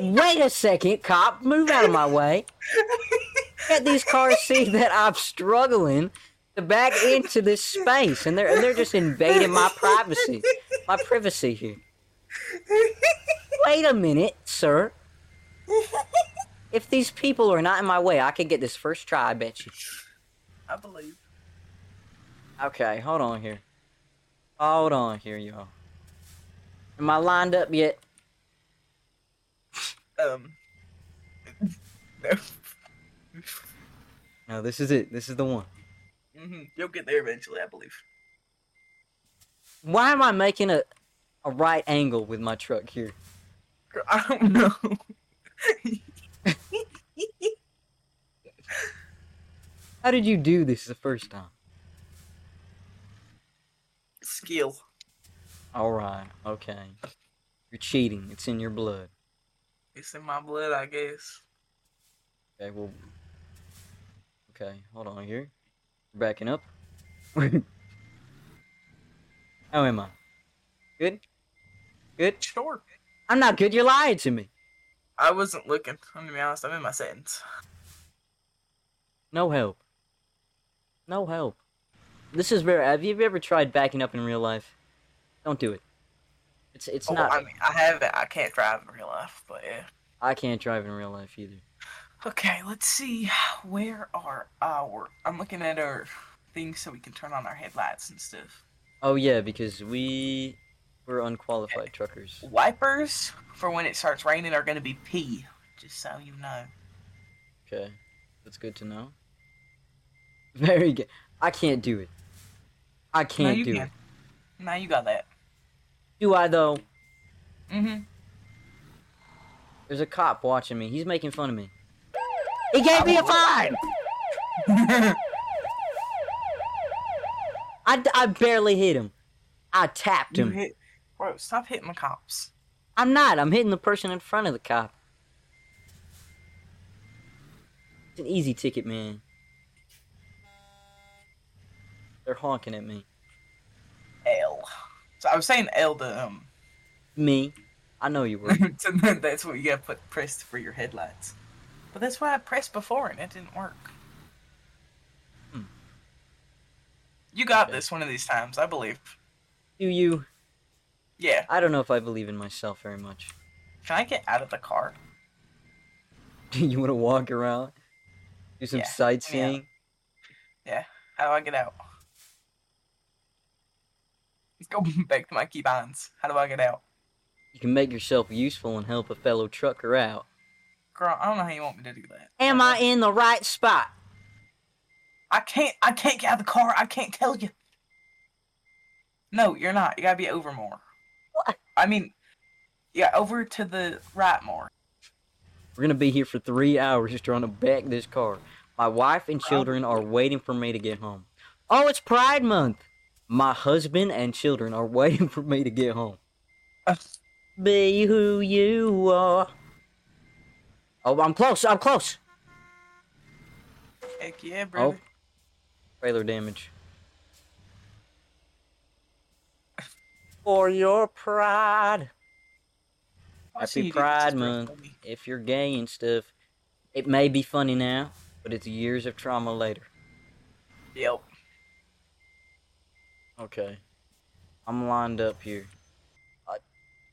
Wait a second, cop, move out of my way. Let these cars see that I'm struggling to back into this space, and they're they're just invading my privacy, my privacy here. Wait a minute, sir. If these people are not in my way, I can get this first try, I bet you.
I believe.
Okay, hold on here. Hold on here, y'all. Am I lined up yet?
Um. No.
No, this is it. This is the one.
hmm You'll get there eventually, I believe.
Why am I making a a right angle with my truck here?
Girl, I don't know.
How did you do this the first time?
Skill.
All right, okay. You're cheating. It's in your blood.
It's in my blood, I guess.
Okay, well. Okay, hold on here. We're backing up. How am I? Good? Good?
Sure.
I'm not good. You're lying to me.
I wasn't looking. I'm gonna be honest. I'm in my sentence.
No help. No help. This is rare. Have you ever tried backing up in real life? Don't do it. It's it's
Oh,
not.
I mean, I have it. I can't drive in real life, but yeah.
I can't drive in real life either.
Okay, let's see. Where are our? I'm looking at our things so we can turn on our headlights and stuff.
Oh yeah, because we we're unqualified truckers.
Wipers for when it starts raining are gonna be pee. Just so you know.
Okay, that's good to know. Very good. I can't do it. I
no,
can't
you
do
can.
it.
Now you got that.
Do I though?
Mm-hmm.
There's a cop watching me. He's making fun of me. He gave me a five. I, d- I barely hit him. I tapped
You
him.
hit, bro, stop hitting the cops.
I'm not. I'm hitting the person in front of the cop. It's an easy ticket, man. They're honking at me.
L. So I was saying L to um.
Me. I know you were.
so then that's what you gotta put pressed for your headlights. But that's why I pressed before and it didn't work.
Hmm.
You got
Okay.
this one of these times, I believe.
Do you?
Yeah.
I don't know if I believe in myself very much.
Can I get out of the car?
Do you want to walk around? Do some
Yeah,
sightseeing?
How do I get out? Let's go back to my key binds. How do I get out?
You can make yourself useful and help a fellow trucker out.
Girl, I don't know how you want me to do that.
Am I in the right spot?
I can't I can't get out of the car. I can't tell you. No, you're not. You gotta be over more.
What?
I mean yeah, over to the right more.
We're gonna be here for three hours just trying to back this car. My wife and children are waiting for me to get home. Oh, it's Pride Month! My husband and children are waiting for me to get home.
Uh,
Be who you are. Oh, I'm close. I'm close.
Heck yeah,
Oh,
brother.
Trailer damage.
For your pride.
Oh,
Happy Pride Month. If you're gay and stuff, it may be funny now, but it's years of trauma later.
Yep.
Okay. I'm lined up here. I,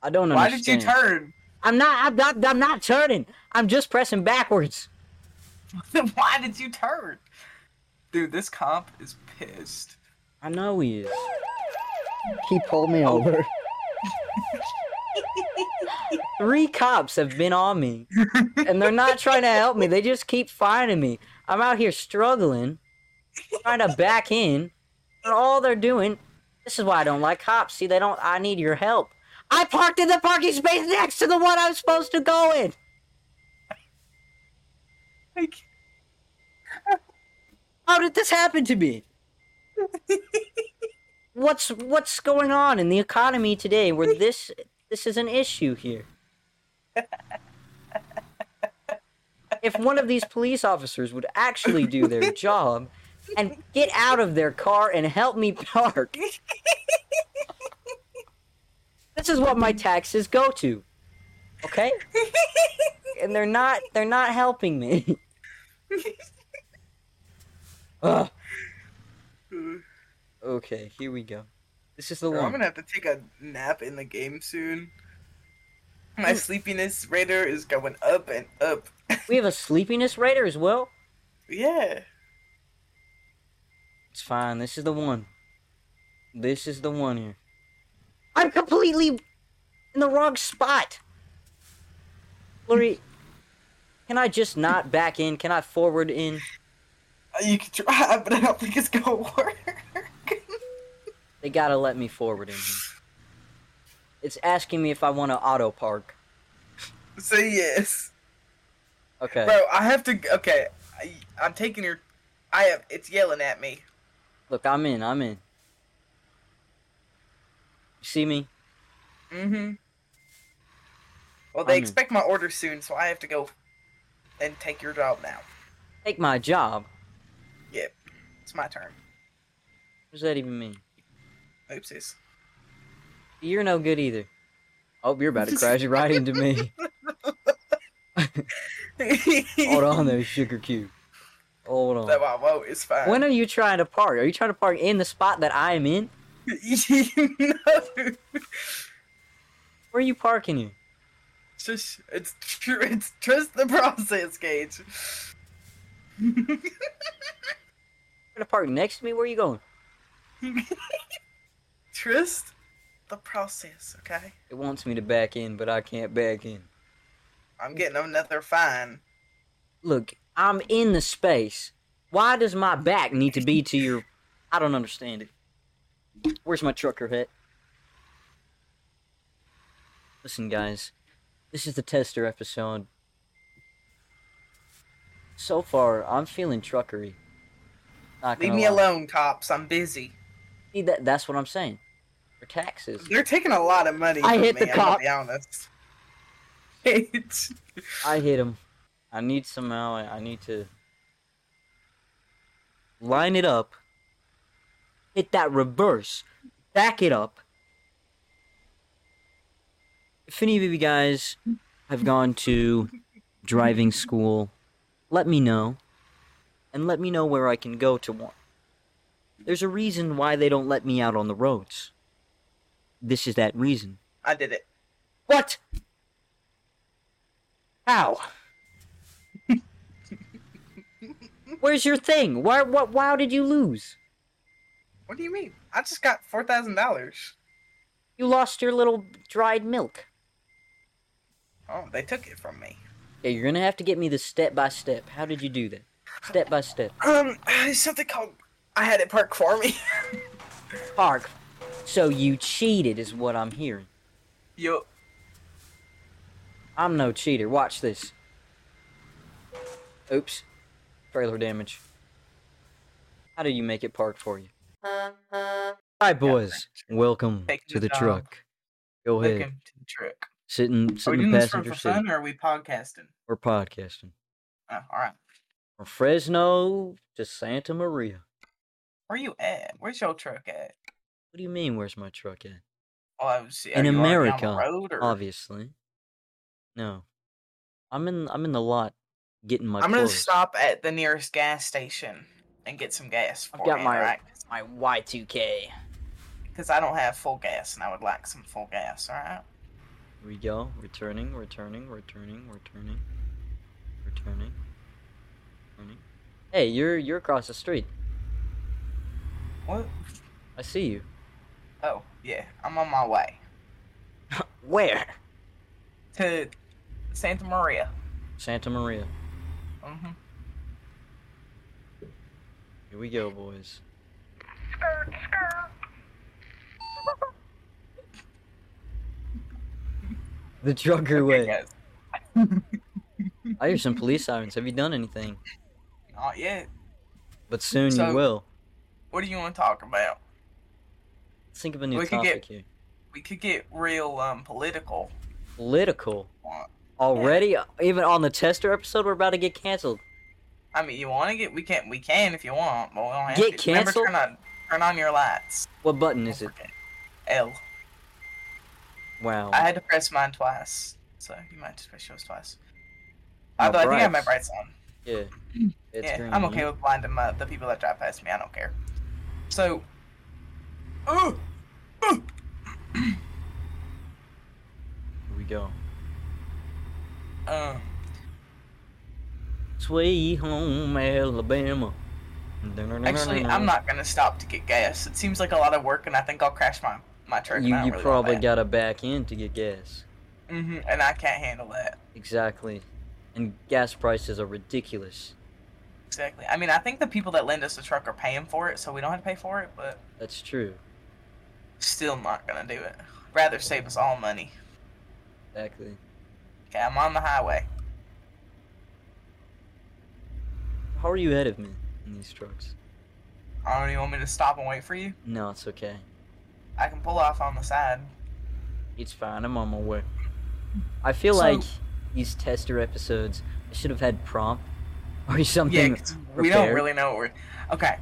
I don't
Why did you
understand.
turn?
I'm not. I'm not. I'm not turning. I'm just pressing backwards.
Why did you turn? Dude, this comp is pissed.
I know he is. Oh.
He pulled me over.
Three cops have been on me, and they're not trying to help me. They just keep finding me. I'm out here struggling, trying to back in. And all they're doing. This is why I don't like cops. See, they don't. I need your help. I parked in the parking space next to the one I'm supposed to go in.
Like,
How did this happen to me? what's what's going on in the economy today where this this is an issue here? If one of these police officers would actually do their job and get out of their car and help me park. This is what my taxes go to. Okay? And they're not they're not helping me. Ugh. Okay, here we go. This is the
bro, I'm
one.
gonna have to take a nap in the game soon. My sleepiness radar is going up and up.
We have a sleepiness rater as well.
Yeah.
It's fine. This is the one. This is the one here. I'm completely in the wrong spot. Larry, can I just not back in? Can I forward in?
Uh, You can try, but I don't think it's gonna work.
They gotta let me forward in. Here. It's asking me if I want to auto park.
so yes,
Okay.
bro. I have to. Okay, I, I'm taking your. I have. It's yelling at me.
Look, I'm in. I'm in. You see me?
Mm-hmm. Well, they
I'm in.
expect my order soon, so I have to go and take your job now.
Take my job.
Yep, it's my turn.
What does that even mean?
Oopsies.
You're no good either. Oh, you're about to crash right into me. Hold on there, sugar cube. Hold
That whoa,
on.
whoa, it's fine.
When are you trying to park? Are you trying to park in the spot that I am in?
no,
Where are you parking here?
it's just it's tr- it's just the process, Gage.
You're gonna park next to me? Where are you going?
Trust the process, okay?
It wants me to back in, but I can't back in.
I'm getting another fine.
Look, I'm in the space. Why does my back need to be to your I don't understand it. Where's my trucker hat? Listen guys, this is the tester episode. So far, I'm feeling truckery. Not
Leave
gonna
me
lie.
alone, cops. I'm busy.
See, that, that's what I'm saying. For taxes.
They're taking a lot of money.
I
from
hit
me,
the
I'm
cop.
Gonna be honest. Gage.
I hit him. I need somehow. I I need to line it up. Hit that reverse. Back it up. If any of you guys have gone to driving school, let me know, and let me know where I can go to one. There's a reason why they don't let me out on the roads. This is that reason.
I did it.
What? How? Where's your thing? Why? What? Why did you lose?
What do you mean? I just got four thousand dollars.
You lost your little dried milk.
Oh, they took it from me.
Yeah, you're gonna have to get me the step by step. How did you do that? Step by step.
Um, something called. I had it parked for me.
Park. So you cheated, is what I'm hearing.
Yo,
I'm no cheater. Watch this. Oops. Trailer damage. How do you make it park for you? Hi, boys. Welcome
Taking
to
the
the
dog.
truck. Go ahead.
welcome to the truck.
sitting
Are we
sitting in
doing
the
this for, for
passenger seat
fun or are we podcasting?
or podcasting
Oh, all right.
from Fresno to Santa Maria.
Where you at? Where's your truck at?
What do you mean? Where's my truck at?
Oh, I was, are
In
you already on the
America, Oh,
road, or-
Obviously, no. I'm in I'm in the lot getting my.
I'm gonna
clothes.
stop at the nearest gas station and get some gas.
I've got
beforehand,
my
right?
my Y2K.
Because I don't have full gas, and I would like some full gas. All right.
Here we go. Returning, returning, returning, returning, returning, returning. Hey, you're you're across the street.
What?
I see you.
Oh, yeah. I'm on my way
Where?
to Santa Maria.
Santa Maria.
hmm
Here we go, boys. The trucker way. I hear some police sirens. Have you done anything?
Not yet.
But soon
So-
you will.
What do you want to talk about?
Let's think of a new
we could get-
topic here.
We could get real um political.
Political.
Want-
Already, even on the tester episode, we're about to get canceled.
I mean, you want to get? We can. We can if you want, but we don't have
Get
to. Remember,
canceled?
turn on, turn on your lights.
What button is it?
L.
Wow.
I had to press mine twice, so you might just press yours twice.
My
Although I think I have my brights
brights.
on.
Yeah. It's
yeah,
green,
I'm okay
you-
with blinding my, the people that drive past me. I don't care. So, oh, oh,
Here we go.
uh,
Sweet home Alabama. Dun-dun-dun-dun-dun-dun.
actually, I'm not gonna stop to get gas. It seems like a lot of work, and I think I'll crash my my truck.
You, you probably gotta back in to get gas.
hmm and I can't handle that.
Exactly. And gas prices are ridiculous.
Exactly. I mean, I think the people that lend us the truck are paying for it, so we don't have to pay for it. But
That's true.
still, not gonna do it. Rather save us all money.
Exactly.
Okay, I'm on the highway.
How are you ahead of me in these trucks?
I don't even want me to stop and wait for you.
No, it's okay.
I can pull off on the side.
It's fine. I'm on my way. I feel
So-
like these tester episodes, I should have had prompt or
Yeah,
something.
'cause we don't
prepared.
really know what we're. Okay.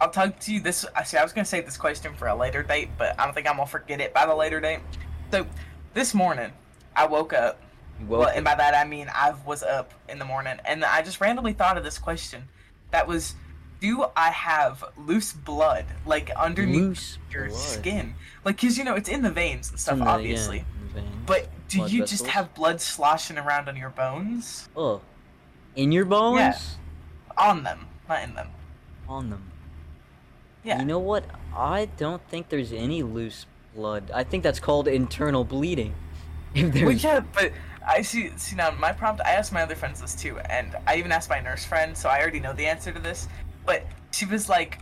I'll talk to you this. I see. I was gonna save this question for a later date, but I don't think I'm gonna forget it by the later date. So, this morning, I woke up.
You
Well,
woke
and
up.
by that I mean I was up in the morning, and I just randomly thought of this question. That was, do I have loose blood like underneath
Loose
your
blood.
skin? Like, cause you know it's in the veins and
It's
stuff,
in the- yeah,
obviously.
in the veins.
But do
Blood
you just
vessels.
have blood sloshing around on your bones?
oh, in your bones?
On them, not in them.
On them.
Yeah.
You know what? I don't think there's any loose blood. I think that's called internal bleeding. If
Well,
there's
yeah, uh, but I see. See now, my prompt. I asked my other friends this too, and I even asked my nurse friend, so I already know the answer to this. But she was like,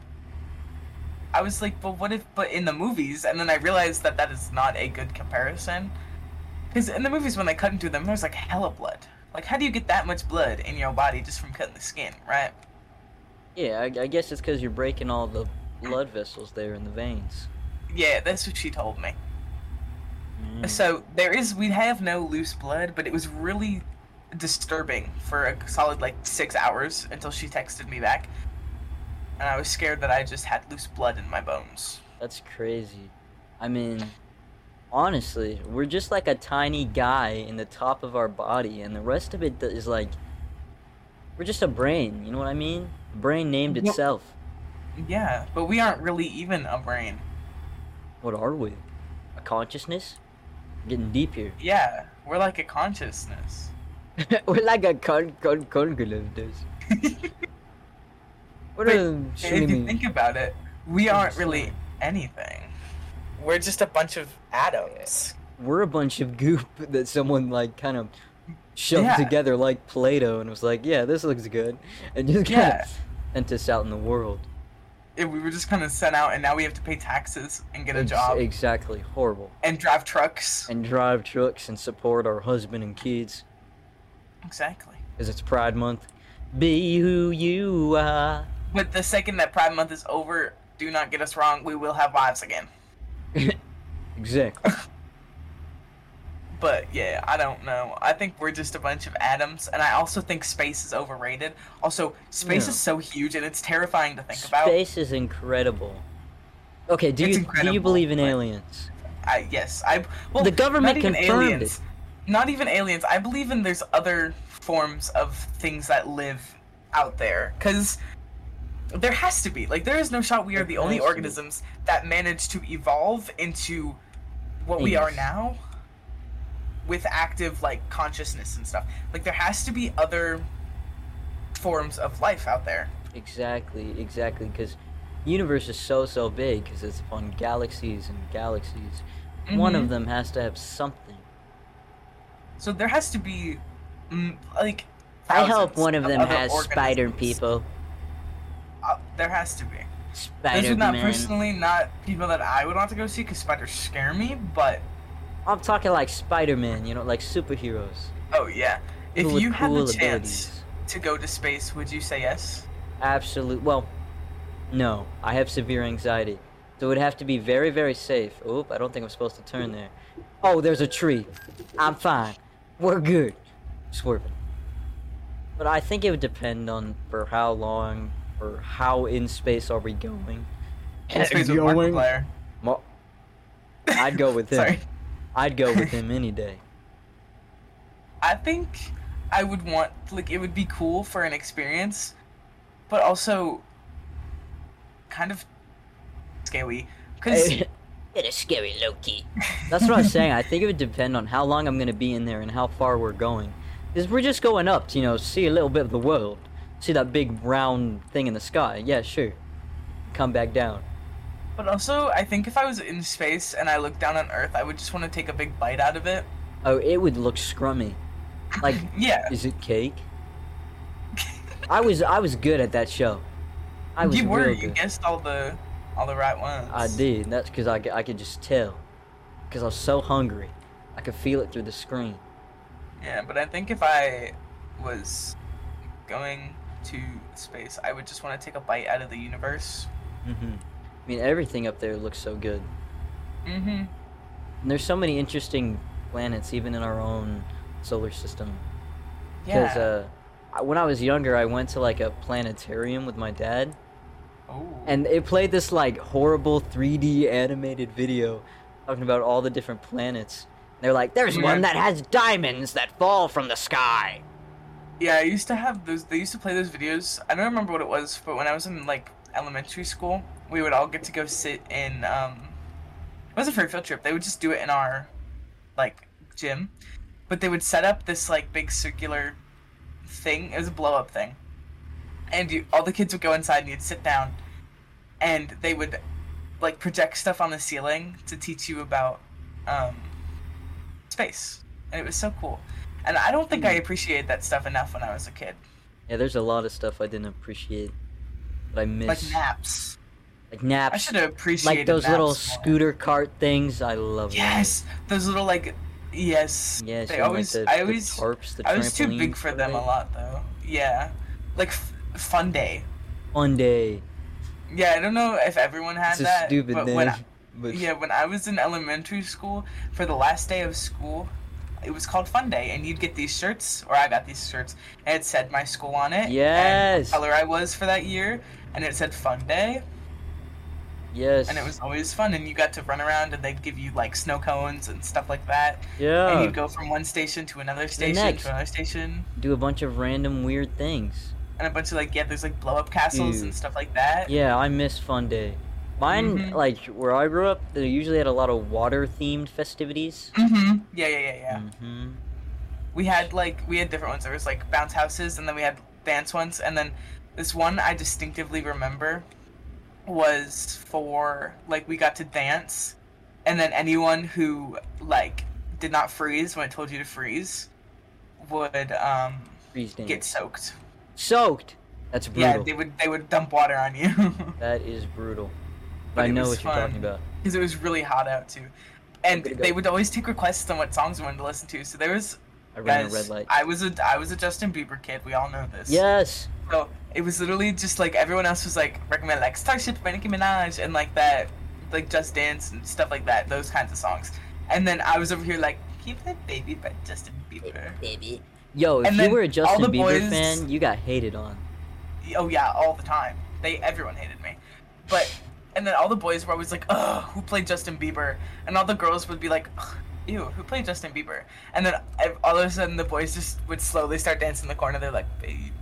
I was like, but what if? But in the movies, and then I realized that that is not a good comparison, because in the movies when they cut into them, there's like hella blood. Like, how do you get that much blood in your body just from cutting the skin, right?
yeah, I, I guess it's because you're breaking all the blood vessels there in the veins.
Yeah, that's what she told me.
Mm.
So there is we have no loose blood, but it was really disturbing for a solid like six hours until she texted me back, and I was scared that I just had loose blood in my bones.
That's crazy. I mean, honestly, we're just like a tiny guy in the top of our body, and the rest of it th- is like. We're just a brain, you know what I mean? The brain named
Yeah.
itself.
Yeah, but we aren't really even a brain.
What are we? A consciousness? getting deep here.
Yeah, we're like a consciousness.
we're like a con con conglomerate. What um,
Wait,
a
If you think about it, we aren't
Yes,
really
sir.
anything. We're just a bunch of atoms.
we're a bunch of goop that someone like kind of shoved
Yeah.
together like Play-Doh and was like, "Yeah, this looks good," and just kind
Yeah.
of sent us out in the world.
If we were just kind of sent out, and now we have to pay taxes and get a
Ex-
job
Exactly, horrible.
and drive trucks.
And drive trucks and support our husband and kids
Exactly.
because it's Pride Month. Be who you are.
But the second that Pride Month is over, do not get us wrong, we will have wives again.
Exactly.
But yeah, I don't know. I think we're just a bunch of atoms, and I also think space is overrated. Also, space
Yeah.
is so huge, and it's terrifying to think about.
Space is incredible. Okay, do
It's
you do you
incredible,
believe in
but-
aliens?
I, yes, I. Well,
The
not
government
even
confirmed
aliens. Not even aliens. I believe in there's other forms of things that live out there, because there has to be. Like, there is no shot we are
There
the only
has to be.
organisms that manage to evolve into what we are
Things.
now with active like consciousness and stuff. Like, there has to be other forms of life out there.
Exactly, exactly, because universe is so so big because it's upon galaxies and galaxies. One of them has to have something.
Mm-hmm. So there has to be, mm, like.
I hope
thousands
one of them
other
has spider
organisms.
people.
Uh, there has to be. Those
Spider
are not
Man.
personally not people that I would want to go see because spiders scare me. But
I'm talking like Spider-Man, you know, like superheroes.
oh yeah, if
people with
you had
cool
the chance
abilities.
to go to space, would you say yes?
Absolute. Well, no, I have severe anxiety, so it would have to be very very safe. Oop, I don't think I'm supposed to turn there. Oh, there's a tree. I'm fine. We're good. Swerving. But I think it would depend on for how long or how in space are we going.
In space with Markiplier.
Mo- I'd go with him.
Sorry,
I'd go with him any day.
I think I would want like it would be cool for an experience, but also kind of scary because
It is scary, Loki.
That's what I'm saying. I think it would depend on how long I'm gonna be in there and how far we're going. Cause we're just going up to you know see a little bit of the world, see that big round thing in the sky. Yeah, sure. Come back down.
But also, I think if I was in space and I looked down on Earth, I would just want to take a big bite out of it.
Oh, it would look scrummy. Like,
Yeah,
is it cake? I was I was good at that show. I was
you were.
real
You
good.
guessed all the, all the right ones.
I did. That's because I, c- I could just tell. Because I was so hungry, I could feel it through the screen.
Yeah, but I think if I was going to space, I would just want to take a bite out of the universe.
hmm I mean, everything up there looks so good.
Mm-hmm.
And there's so many interesting planets, even in our own solar system.
Yeah.
Because uh, I- when I was younger, I went to like a planetarium with my dad,
oh.
uh, and it played this like horrible 3D animated video talking about all the different planets. And they're like,
There's
"There's
one
one that."
that has diamonds that fall from the sky.
Yeah, I used to have those. They used to play those videos. I don't remember what it was, but when I was in like elementary school, we would all get to go sit in. Um, it wasn't for a field trip. They would just do it in our, like, gym, but they would set up this like big circular thing. It was a blow up thing, and you, all the kids would go inside and you'd sit down, and they would, like, project stuff on the ceiling to teach you about, um, space, and it was so cool. And I don't think
Hmm.
I appreciated that stuff enough when I was a kid.
Yeah, there's a lot of stuff I didn't appreciate that I
Like
miss,
naps.
like
I
naps,
should have appreciated
like those little
naps more.
scooter cart things. I love. those.
Yes, those little like, yes.
Yes,
they
you know, like
always.
the-
I
the
always.
tarps, the
I was too big
trampolines,
for
what are
them a
they?
lot though. Yeah, like f- fun day.
One day,
Yeah, I don't know if everyone had
it's a
that,
stupid
but
name.
when I,
but
yeah, when I was in elementary school, for the last day of school, it was called Fun Day, and you'd get these shirts, or I got these shirts, and it said my school on it, and
Yes.
what color I was for that year, and it said Fun Day,
yes,
and it was always fun and you got to run around and they'd give you like snow cones and stuff like that
yeah.
and you'd go from one station to another station
Oh. next.
to another station
do a bunch of random weird things.
and a bunch of like yeah there's like blow up castles
Dude.
and stuff like that
Yeah, I miss Fun Day. Mine,
Mhm.
like where I grew up, they usually had a lot of water-themed festivities.
hmm yeah yeah yeah yeah
Mm-hmm.
we had like we had different ones there was like bounce houses and then we had dance ones and then this one i distinctively remember was for like we got to dance and then anyone who like did not freeze when it told you to freeze would um
Freeze dance.
get soaked
soaked. That's
Yeah,
brutal.
they would they would dump water on you
That is brutal.
But
I
it
know
was
what you're
fun.
talking about.
because it was really hot out too, and
gonna
they
go.
would always take requests on what songs we wanted to listen to. So there was
I ran
guys,
a red light.
I was a I was a Justin Bieber kid. We all know this.
Yes.
So it was literally just like everyone else was like recommend like Starship by Nicki Minaj and like that, like Just Dance and stuff like that. Those kinds of songs. And then I was over here like Can you play Baby by Justin Bieber?
baby.
Yo, if
And
you
then
were a
all
Justin
the
Bieber
boys-
fan, you got hated on.
Oh yeah, all the time. They everyone hated me. But and then all the boys were always like, "Ugh, who played Justin Bieber?" And all the girls would be like, Ugh, "Ew, who played Justin Bieber?" And then ev- all of a sudden the boys just would slowly start dancing in the corner. They're like, "Baby,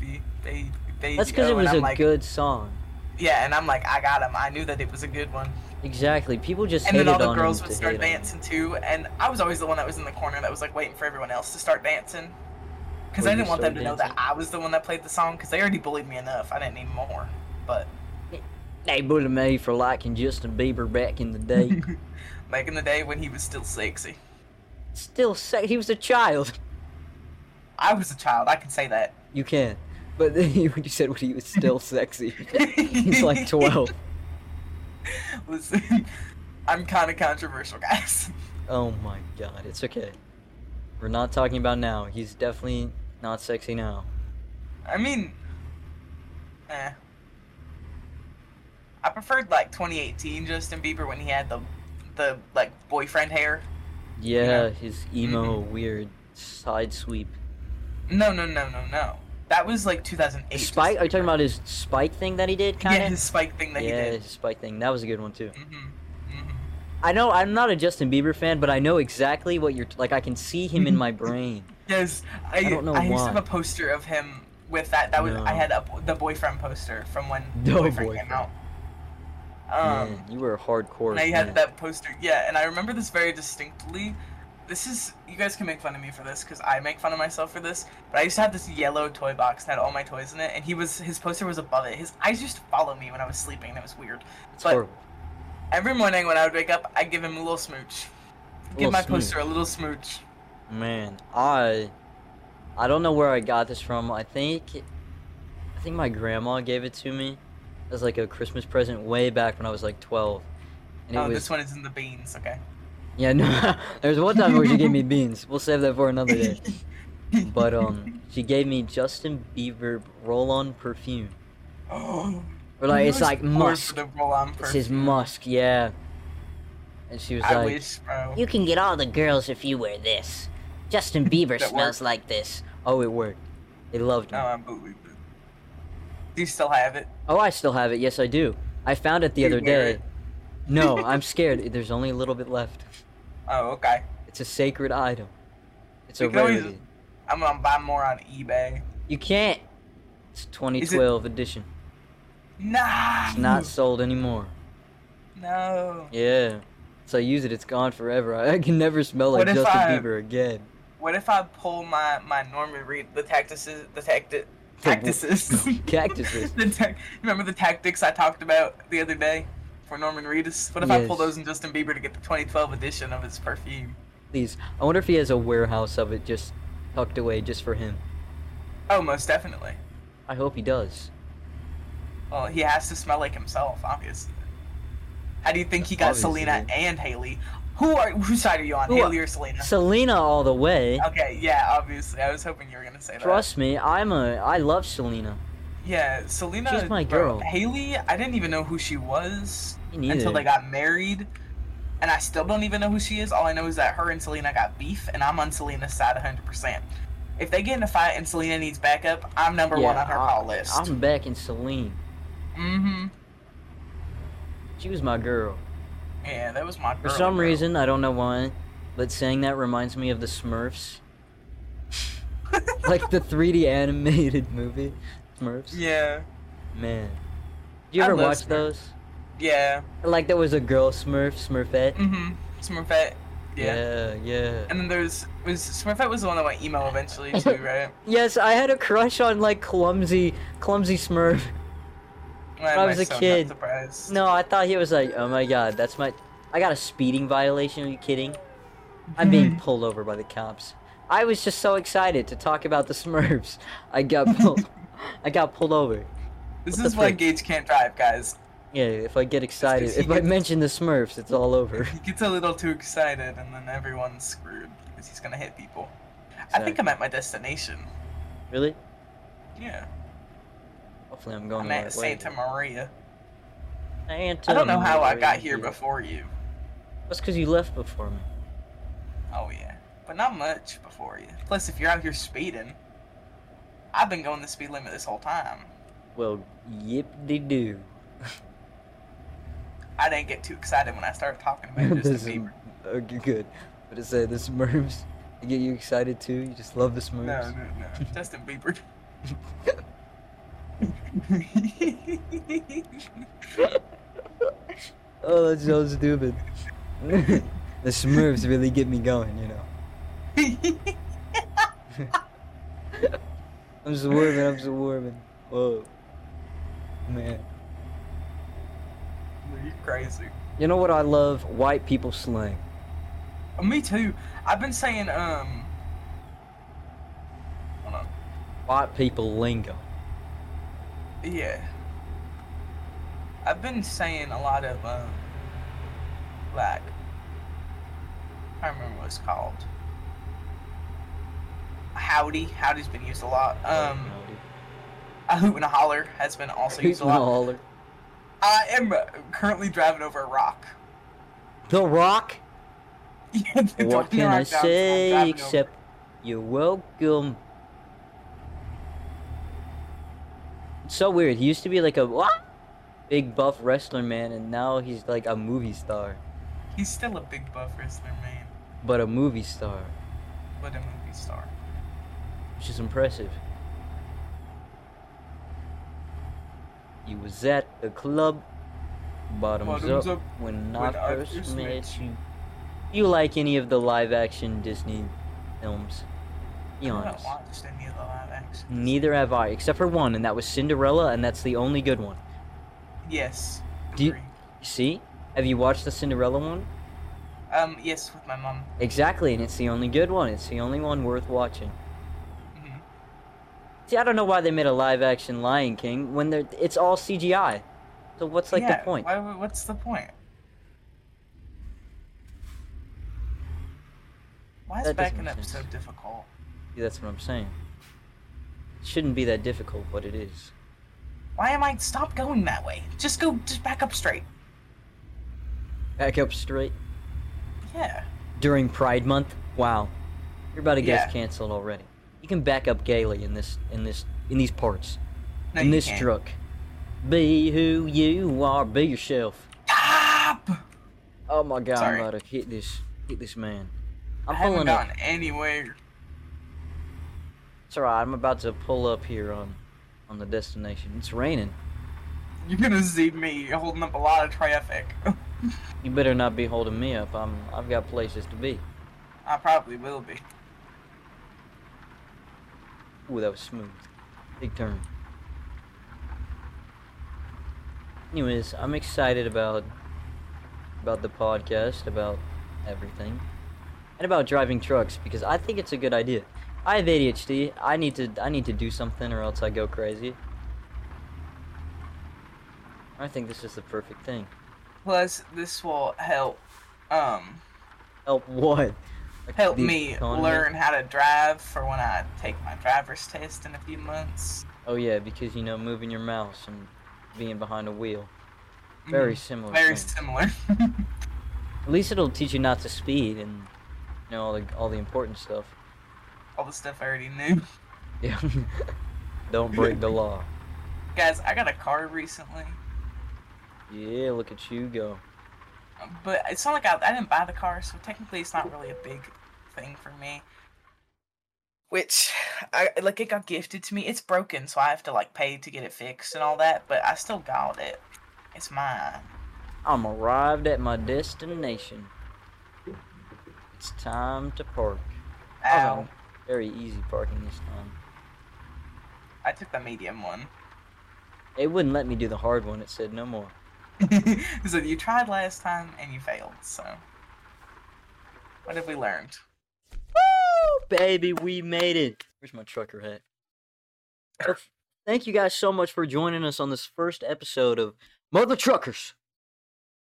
baby, baby."
That's because
oh,"
it
and
was
I'm
a
like,
good song.
Yeah, and I'm like, I got him. I knew that it was a good one.
Exactly. People just
And
hated
then all the
on
girls
him
would
to
start
hate on him.
dancing too, and I was always the one that was in the corner that was like waiting for everyone else to start dancing, because
Were
I
you
didn't want them to
started
know that I was the one that played the song, because they already bullied me enough. I didn't need more. But
They bullied me for liking Justin Bieber back in the day.
back in the day when he was still sexy,
Still, say he was a child.
I was a child. I can say that.
You can. But then you you said when he was still sexy. He's like 12.
Listen, I'm kind of controversial, guys.
Oh my god, it's okay. We're not talking about now. He's definitely not sexy now.
I mean, eh. I preferred like 2018 Justin Bieber when he had the, the like boyfriend hair.
Yeah, his emo
Mm-hmm.
weird side sweep.
No, no, no, no, no. That was like 2008.
Spike? Are you
Justin
talking about his spike thing that he did,
Bieber.
kind
Yeah,
of?
his spike thing that
yeah,
he did.
his spike thing. That was a good one too.
hmm hmm
I know I'm not a Justin Bieber fan, but I know exactly what you're like. I can see him in my brain.
Yes, I,
I don't know
used to
why.
have a poster of him with that. That was I
No.
had a, the boyfriend poster from when
The
boyfriend,
Boyfriend.
came out. Um,
Man, you were a hardcore.
and I
fan.
had that poster. Yeah, and I remember this very distinctly. This is you guys can make fun of me for this because I make fun of myself for this. But I used to have this yellow toy box that had all my toys in it, and he was his poster was above it. His eyes used to follow me when I was sleeping. That was weird.
It's
but-
horrible.
Every morning when I would wake up, I give him a little smooch. Give
Little
my poster a little smooch.
Man, I I don't know where I got this from. I think I think my grandma gave it to me as like a Christmas present way back when I was like 12. And it
Oh,
was
this one is in the beans. Okay.
Yeah, no. There's one time where she gave me beans. We'll save that for another day. But um she gave me Justin Bieber roll-on perfume.
Oh.
Or like
You
it's
were
like
forced
musk.
to roll on
It's
first.
his musk, yeah. And she was
I
like,
wish, bro.
You can get all the girls if you wear this. Justin Bieber
That
smells like this.
"Oh, it worked. They loved me."
No, I'm booing. Do you still have it?
Oh, I still have it. Yes, I do. I found it the
You
other
wear
day.
it.
No, I'm scared. There's only a little bit left.
Oh, okay.
It's a sacred item. It's a
You can always-
rarity.
I'm gonna buy more on eBay.
You can't. It's 2012 edition.
Nah.
It's not sold anymore.
No.
Yeah. So I use it. It's gone forever. I can never smell like
What if
Justin
I-
Bieber again.
What if I pull my my Norman Reed the tactices the tactic cactuses
Cactuses.
the tac remember the tactics I talked about the other day for Norman Reedus? What if I pull
Yes.
those in Justin Bieber to get the 2012 edition of his perfume?
Please. I wonder if he has a warehouse of it just tucked away just for him.
Oh, most definitely.
I hope he does.
Well, he has to smell like himself, obviously. How do you think he got
Obviously.
Selena and Haley? Who are whose side are you on,
Who are-
Haley or Selena?
Selena all the way.
Okay, yeah, obviously. I was hoping you were gonna say
Trust me, I'm a I love Selena.
that. Yeah, Selena.
She's my girl.
Haley, I didn't even know who she was
Me neither.
until they got married, and I still don't even know who she is. All I know is that her and Selena got beef, and I'm on Selena's side 100. percent If they get in a fight and Selena needs backup, I'm number one on her
I-
call list.
I'm back in Celine.
Mm-hmm.
She was my girl.
Yeah, that was my.
For
girl,
some
bro.
reason, I don't know why, but saying that reminds me of the Smurfs. like the 3D animated movie, Smurfs.
Yeah.
Man. Did you
I
ever
love
watch
Smurfs.
those?
Yeah.
Like there was a girl Smurf, Smurfette.
Mm-hmm. Smurfette. Yeah.
yeah. yeah.
And then there's was Smurfette was the one that went emo eventually too, right?
Yes, I had a crush on like clumsy, clumsy Smurf.
Why am
I was a
so
kid.
Not surprised.
No, I thought he was like, oh my god, that's my. I got a speeding violation. Are you kidding? I'm
Mm-hmm.
being pulled over by the cops. I was just so excited to talk about the Smurfs. I got pulled. I got pulled over.
this
what
is
the
why
frick?
Gage can't drive, guys.
Yeah, if I get excited,
'cause he
if I
gets-
mention the Smurfs, it's all over.
He gets a little too excited, and then everyone's screwed because he's gonna hit people. I think I'm at my destination.
Really?
Yeah,
Hopefully, I'm going
I'm
the
at
right way.
Santa Maria.
Oh, Santa
I don't know how I got here
Maria.
before you.
That's because you left before me.
Oh yeah, but not much before you. Plus, if you're out here speeding, I've been going the speed limit this whole time.
Well, yip de doo.
I didn't get too excited when I started talking about
This
Justin
is-
Bieber.
Okay, good. But it's uh, the Smurfs. They get you excited too. You just love the Smurfs.
No, no, no, Justin Bieber.
Oh, that's so stupid. the Smurfs really get me going, you know. I'm swerving, I'm swerving. Whoa. Man.
You're crazy.
You know what I love? White people slang.
Oh, me too. I've been saying um. Hold on.
White people lingo.
Yeah. I've been saying a lot of um. Like. I don't remember what it's called. Howdy. Howdy's been used a lot. Um. A hoot and a holler has been also used a lot.
Holler.
I am currently driving over a rock.
The Rock?
Yeah, the
What
Dwayne
can I
Rock Johnson, I'm driving
say
over-
except
You're welcome.
it's so weird. He used to be like a what? Big buff wrestler man, and now he's like a movie star,
He's still a big buff wrestler, man,
but a movie star,
but a movie star.
which is impressive.
You was at the club.
Bottoms,
Bottoms
up,
up
when I first, met
met
you. You like any of the live-action Disney films? Be
I
honest.
don't watch any of the live action.
Neither have I, except for one, and that was Cinderella, and that's the only good one.
Yes.
Do you-
agree.
You see? Have you watched the Cinderella one?
Um, yes, with my mom.
Exactly, and it's the only good one. It's the only one worth watching.
Mhm.
See, I don't know why they made a live-action Lion King when they're it's all CGI. So what's like
yeah,
the point?
Why, would- what's the point? Why is
That doesn't
backing
make
up so
sense.
difficult?
See, That's what I'm saying. It shouldn't be that difficult, but it is.
Why am I? Stop going that way. Just go. Just back up straight.
Back up straight
Yeah.
during Pride Month. Wow, you're about to get us
Yeah.
canceled already. You can back up gaily in this in this in these parts.
No,
in
you
this
can't.
truck. Be who you are. Be yourself.
Stop!
Oh my god,
Sorry.
I'm about to hit this, hit this man.
I
I'm
haven't
pulling up.
gone anywhere.
It's alright. I'm about to pull up here on, on the destination. It's raining.
You're gonna see me holding up a lot of traffic.
You better not be holding me up. I'm, I've got places to be.
I probably will be.
Ooh, that was smooth. Big turn. Anyways, I'm excited about, about the podcast, about everything, and about driving trucks because I think it's a good idea. I have ADHD. I need to, I need to do something or else I go crazy. I think this is the perfect thing.
Plus, this will help um
Help what? Like
help
the
me
economy?
learn how to drive for when I take my driver's test in a few months.
Oh yeah, because you know moving your mouse and being behind a wheel. Very
Mhm.
similar.
very
thing.
similar.
At least it'll teach you not to speed and you know all the all the important stuff.
All the stuff I already knew.
Yeah. Don't break the law.
Guys, I got a car recently,
Yeah, look at you go.
but it's not like I, I didn't buy the car, so technically it's not really a big thing for me. Which, I like, it got gifted to me. It's broken, so I have to like pay to get it fixed and all that. But I still got it. It's mine.
I'm arrived at my destination. It's time to park.
Ow.
Alright. Very easy parking this time.
I took the medium one.
It wouldn't let me do the hard one. It said no more.
so you tried last time and you failed. So what have we learned?
baby, we made it. Where's my trucker hat? Well, Thank you guys so much for joining us on this first episode of Mother Truckers.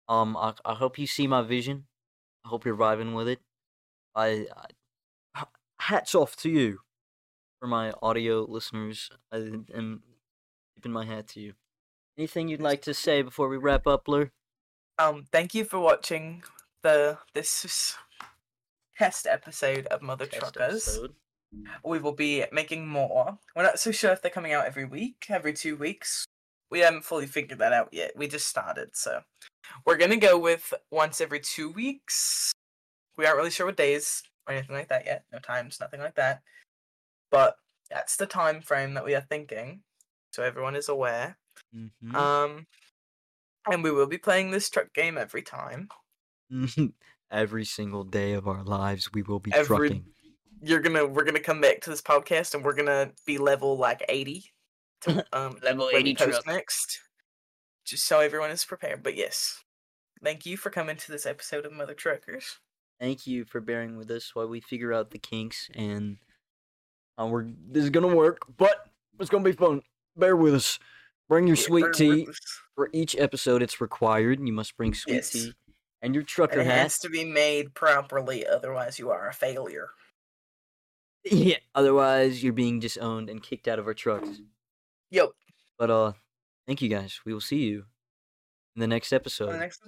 Um, I, I hope you see my vision. I hope you're vibing with it. I, I hats off to you for my audio listeners. I am tipping my hat to you. Anything you'd like to say before we wrap up, Lur?
Um, thank you for watching the this is test episode of Mother
Test
Truckers.
episode.
We will be making more. We're not so sure if they're coming out every week, every two weeks. We haven't fully figured that out yet. We just started, so we're gonna go with once every two weeks. We aren't really sure what days or anything like that yet. No times, nothing like that. But that's the time frame that we are thinking, so everyone is aware.
Mhm.
Um, and we will be playing this truck game every time.
Every single day of our lives, we will be
Every-
trucking.
You're gonna, we're gonna come back to this podcast, and we're gonna be level like eighty. To, um,
Level
when we post next. Just so everyone is prepared. But yes, thank you for coming to this episode of Mother Truckers.
Thank you for bearing with us while we figure out the kinks and uh, we're this is gonna work, but it's gonna be fun. Bear with us. Bring your
Yeah,
sweet
bear
tea
with us.
for each episode. It's required. and You must bring sweet
Yes.
tea and your
And
trucker
it
hat.
has to be made properly, otherwise you are a failure.
Yeah. Otherwise, you're being disowned and kicked out of our trucks.
Yep.
But uh, thank you guys. We will see you in the next
On
episode.
the next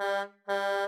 episode.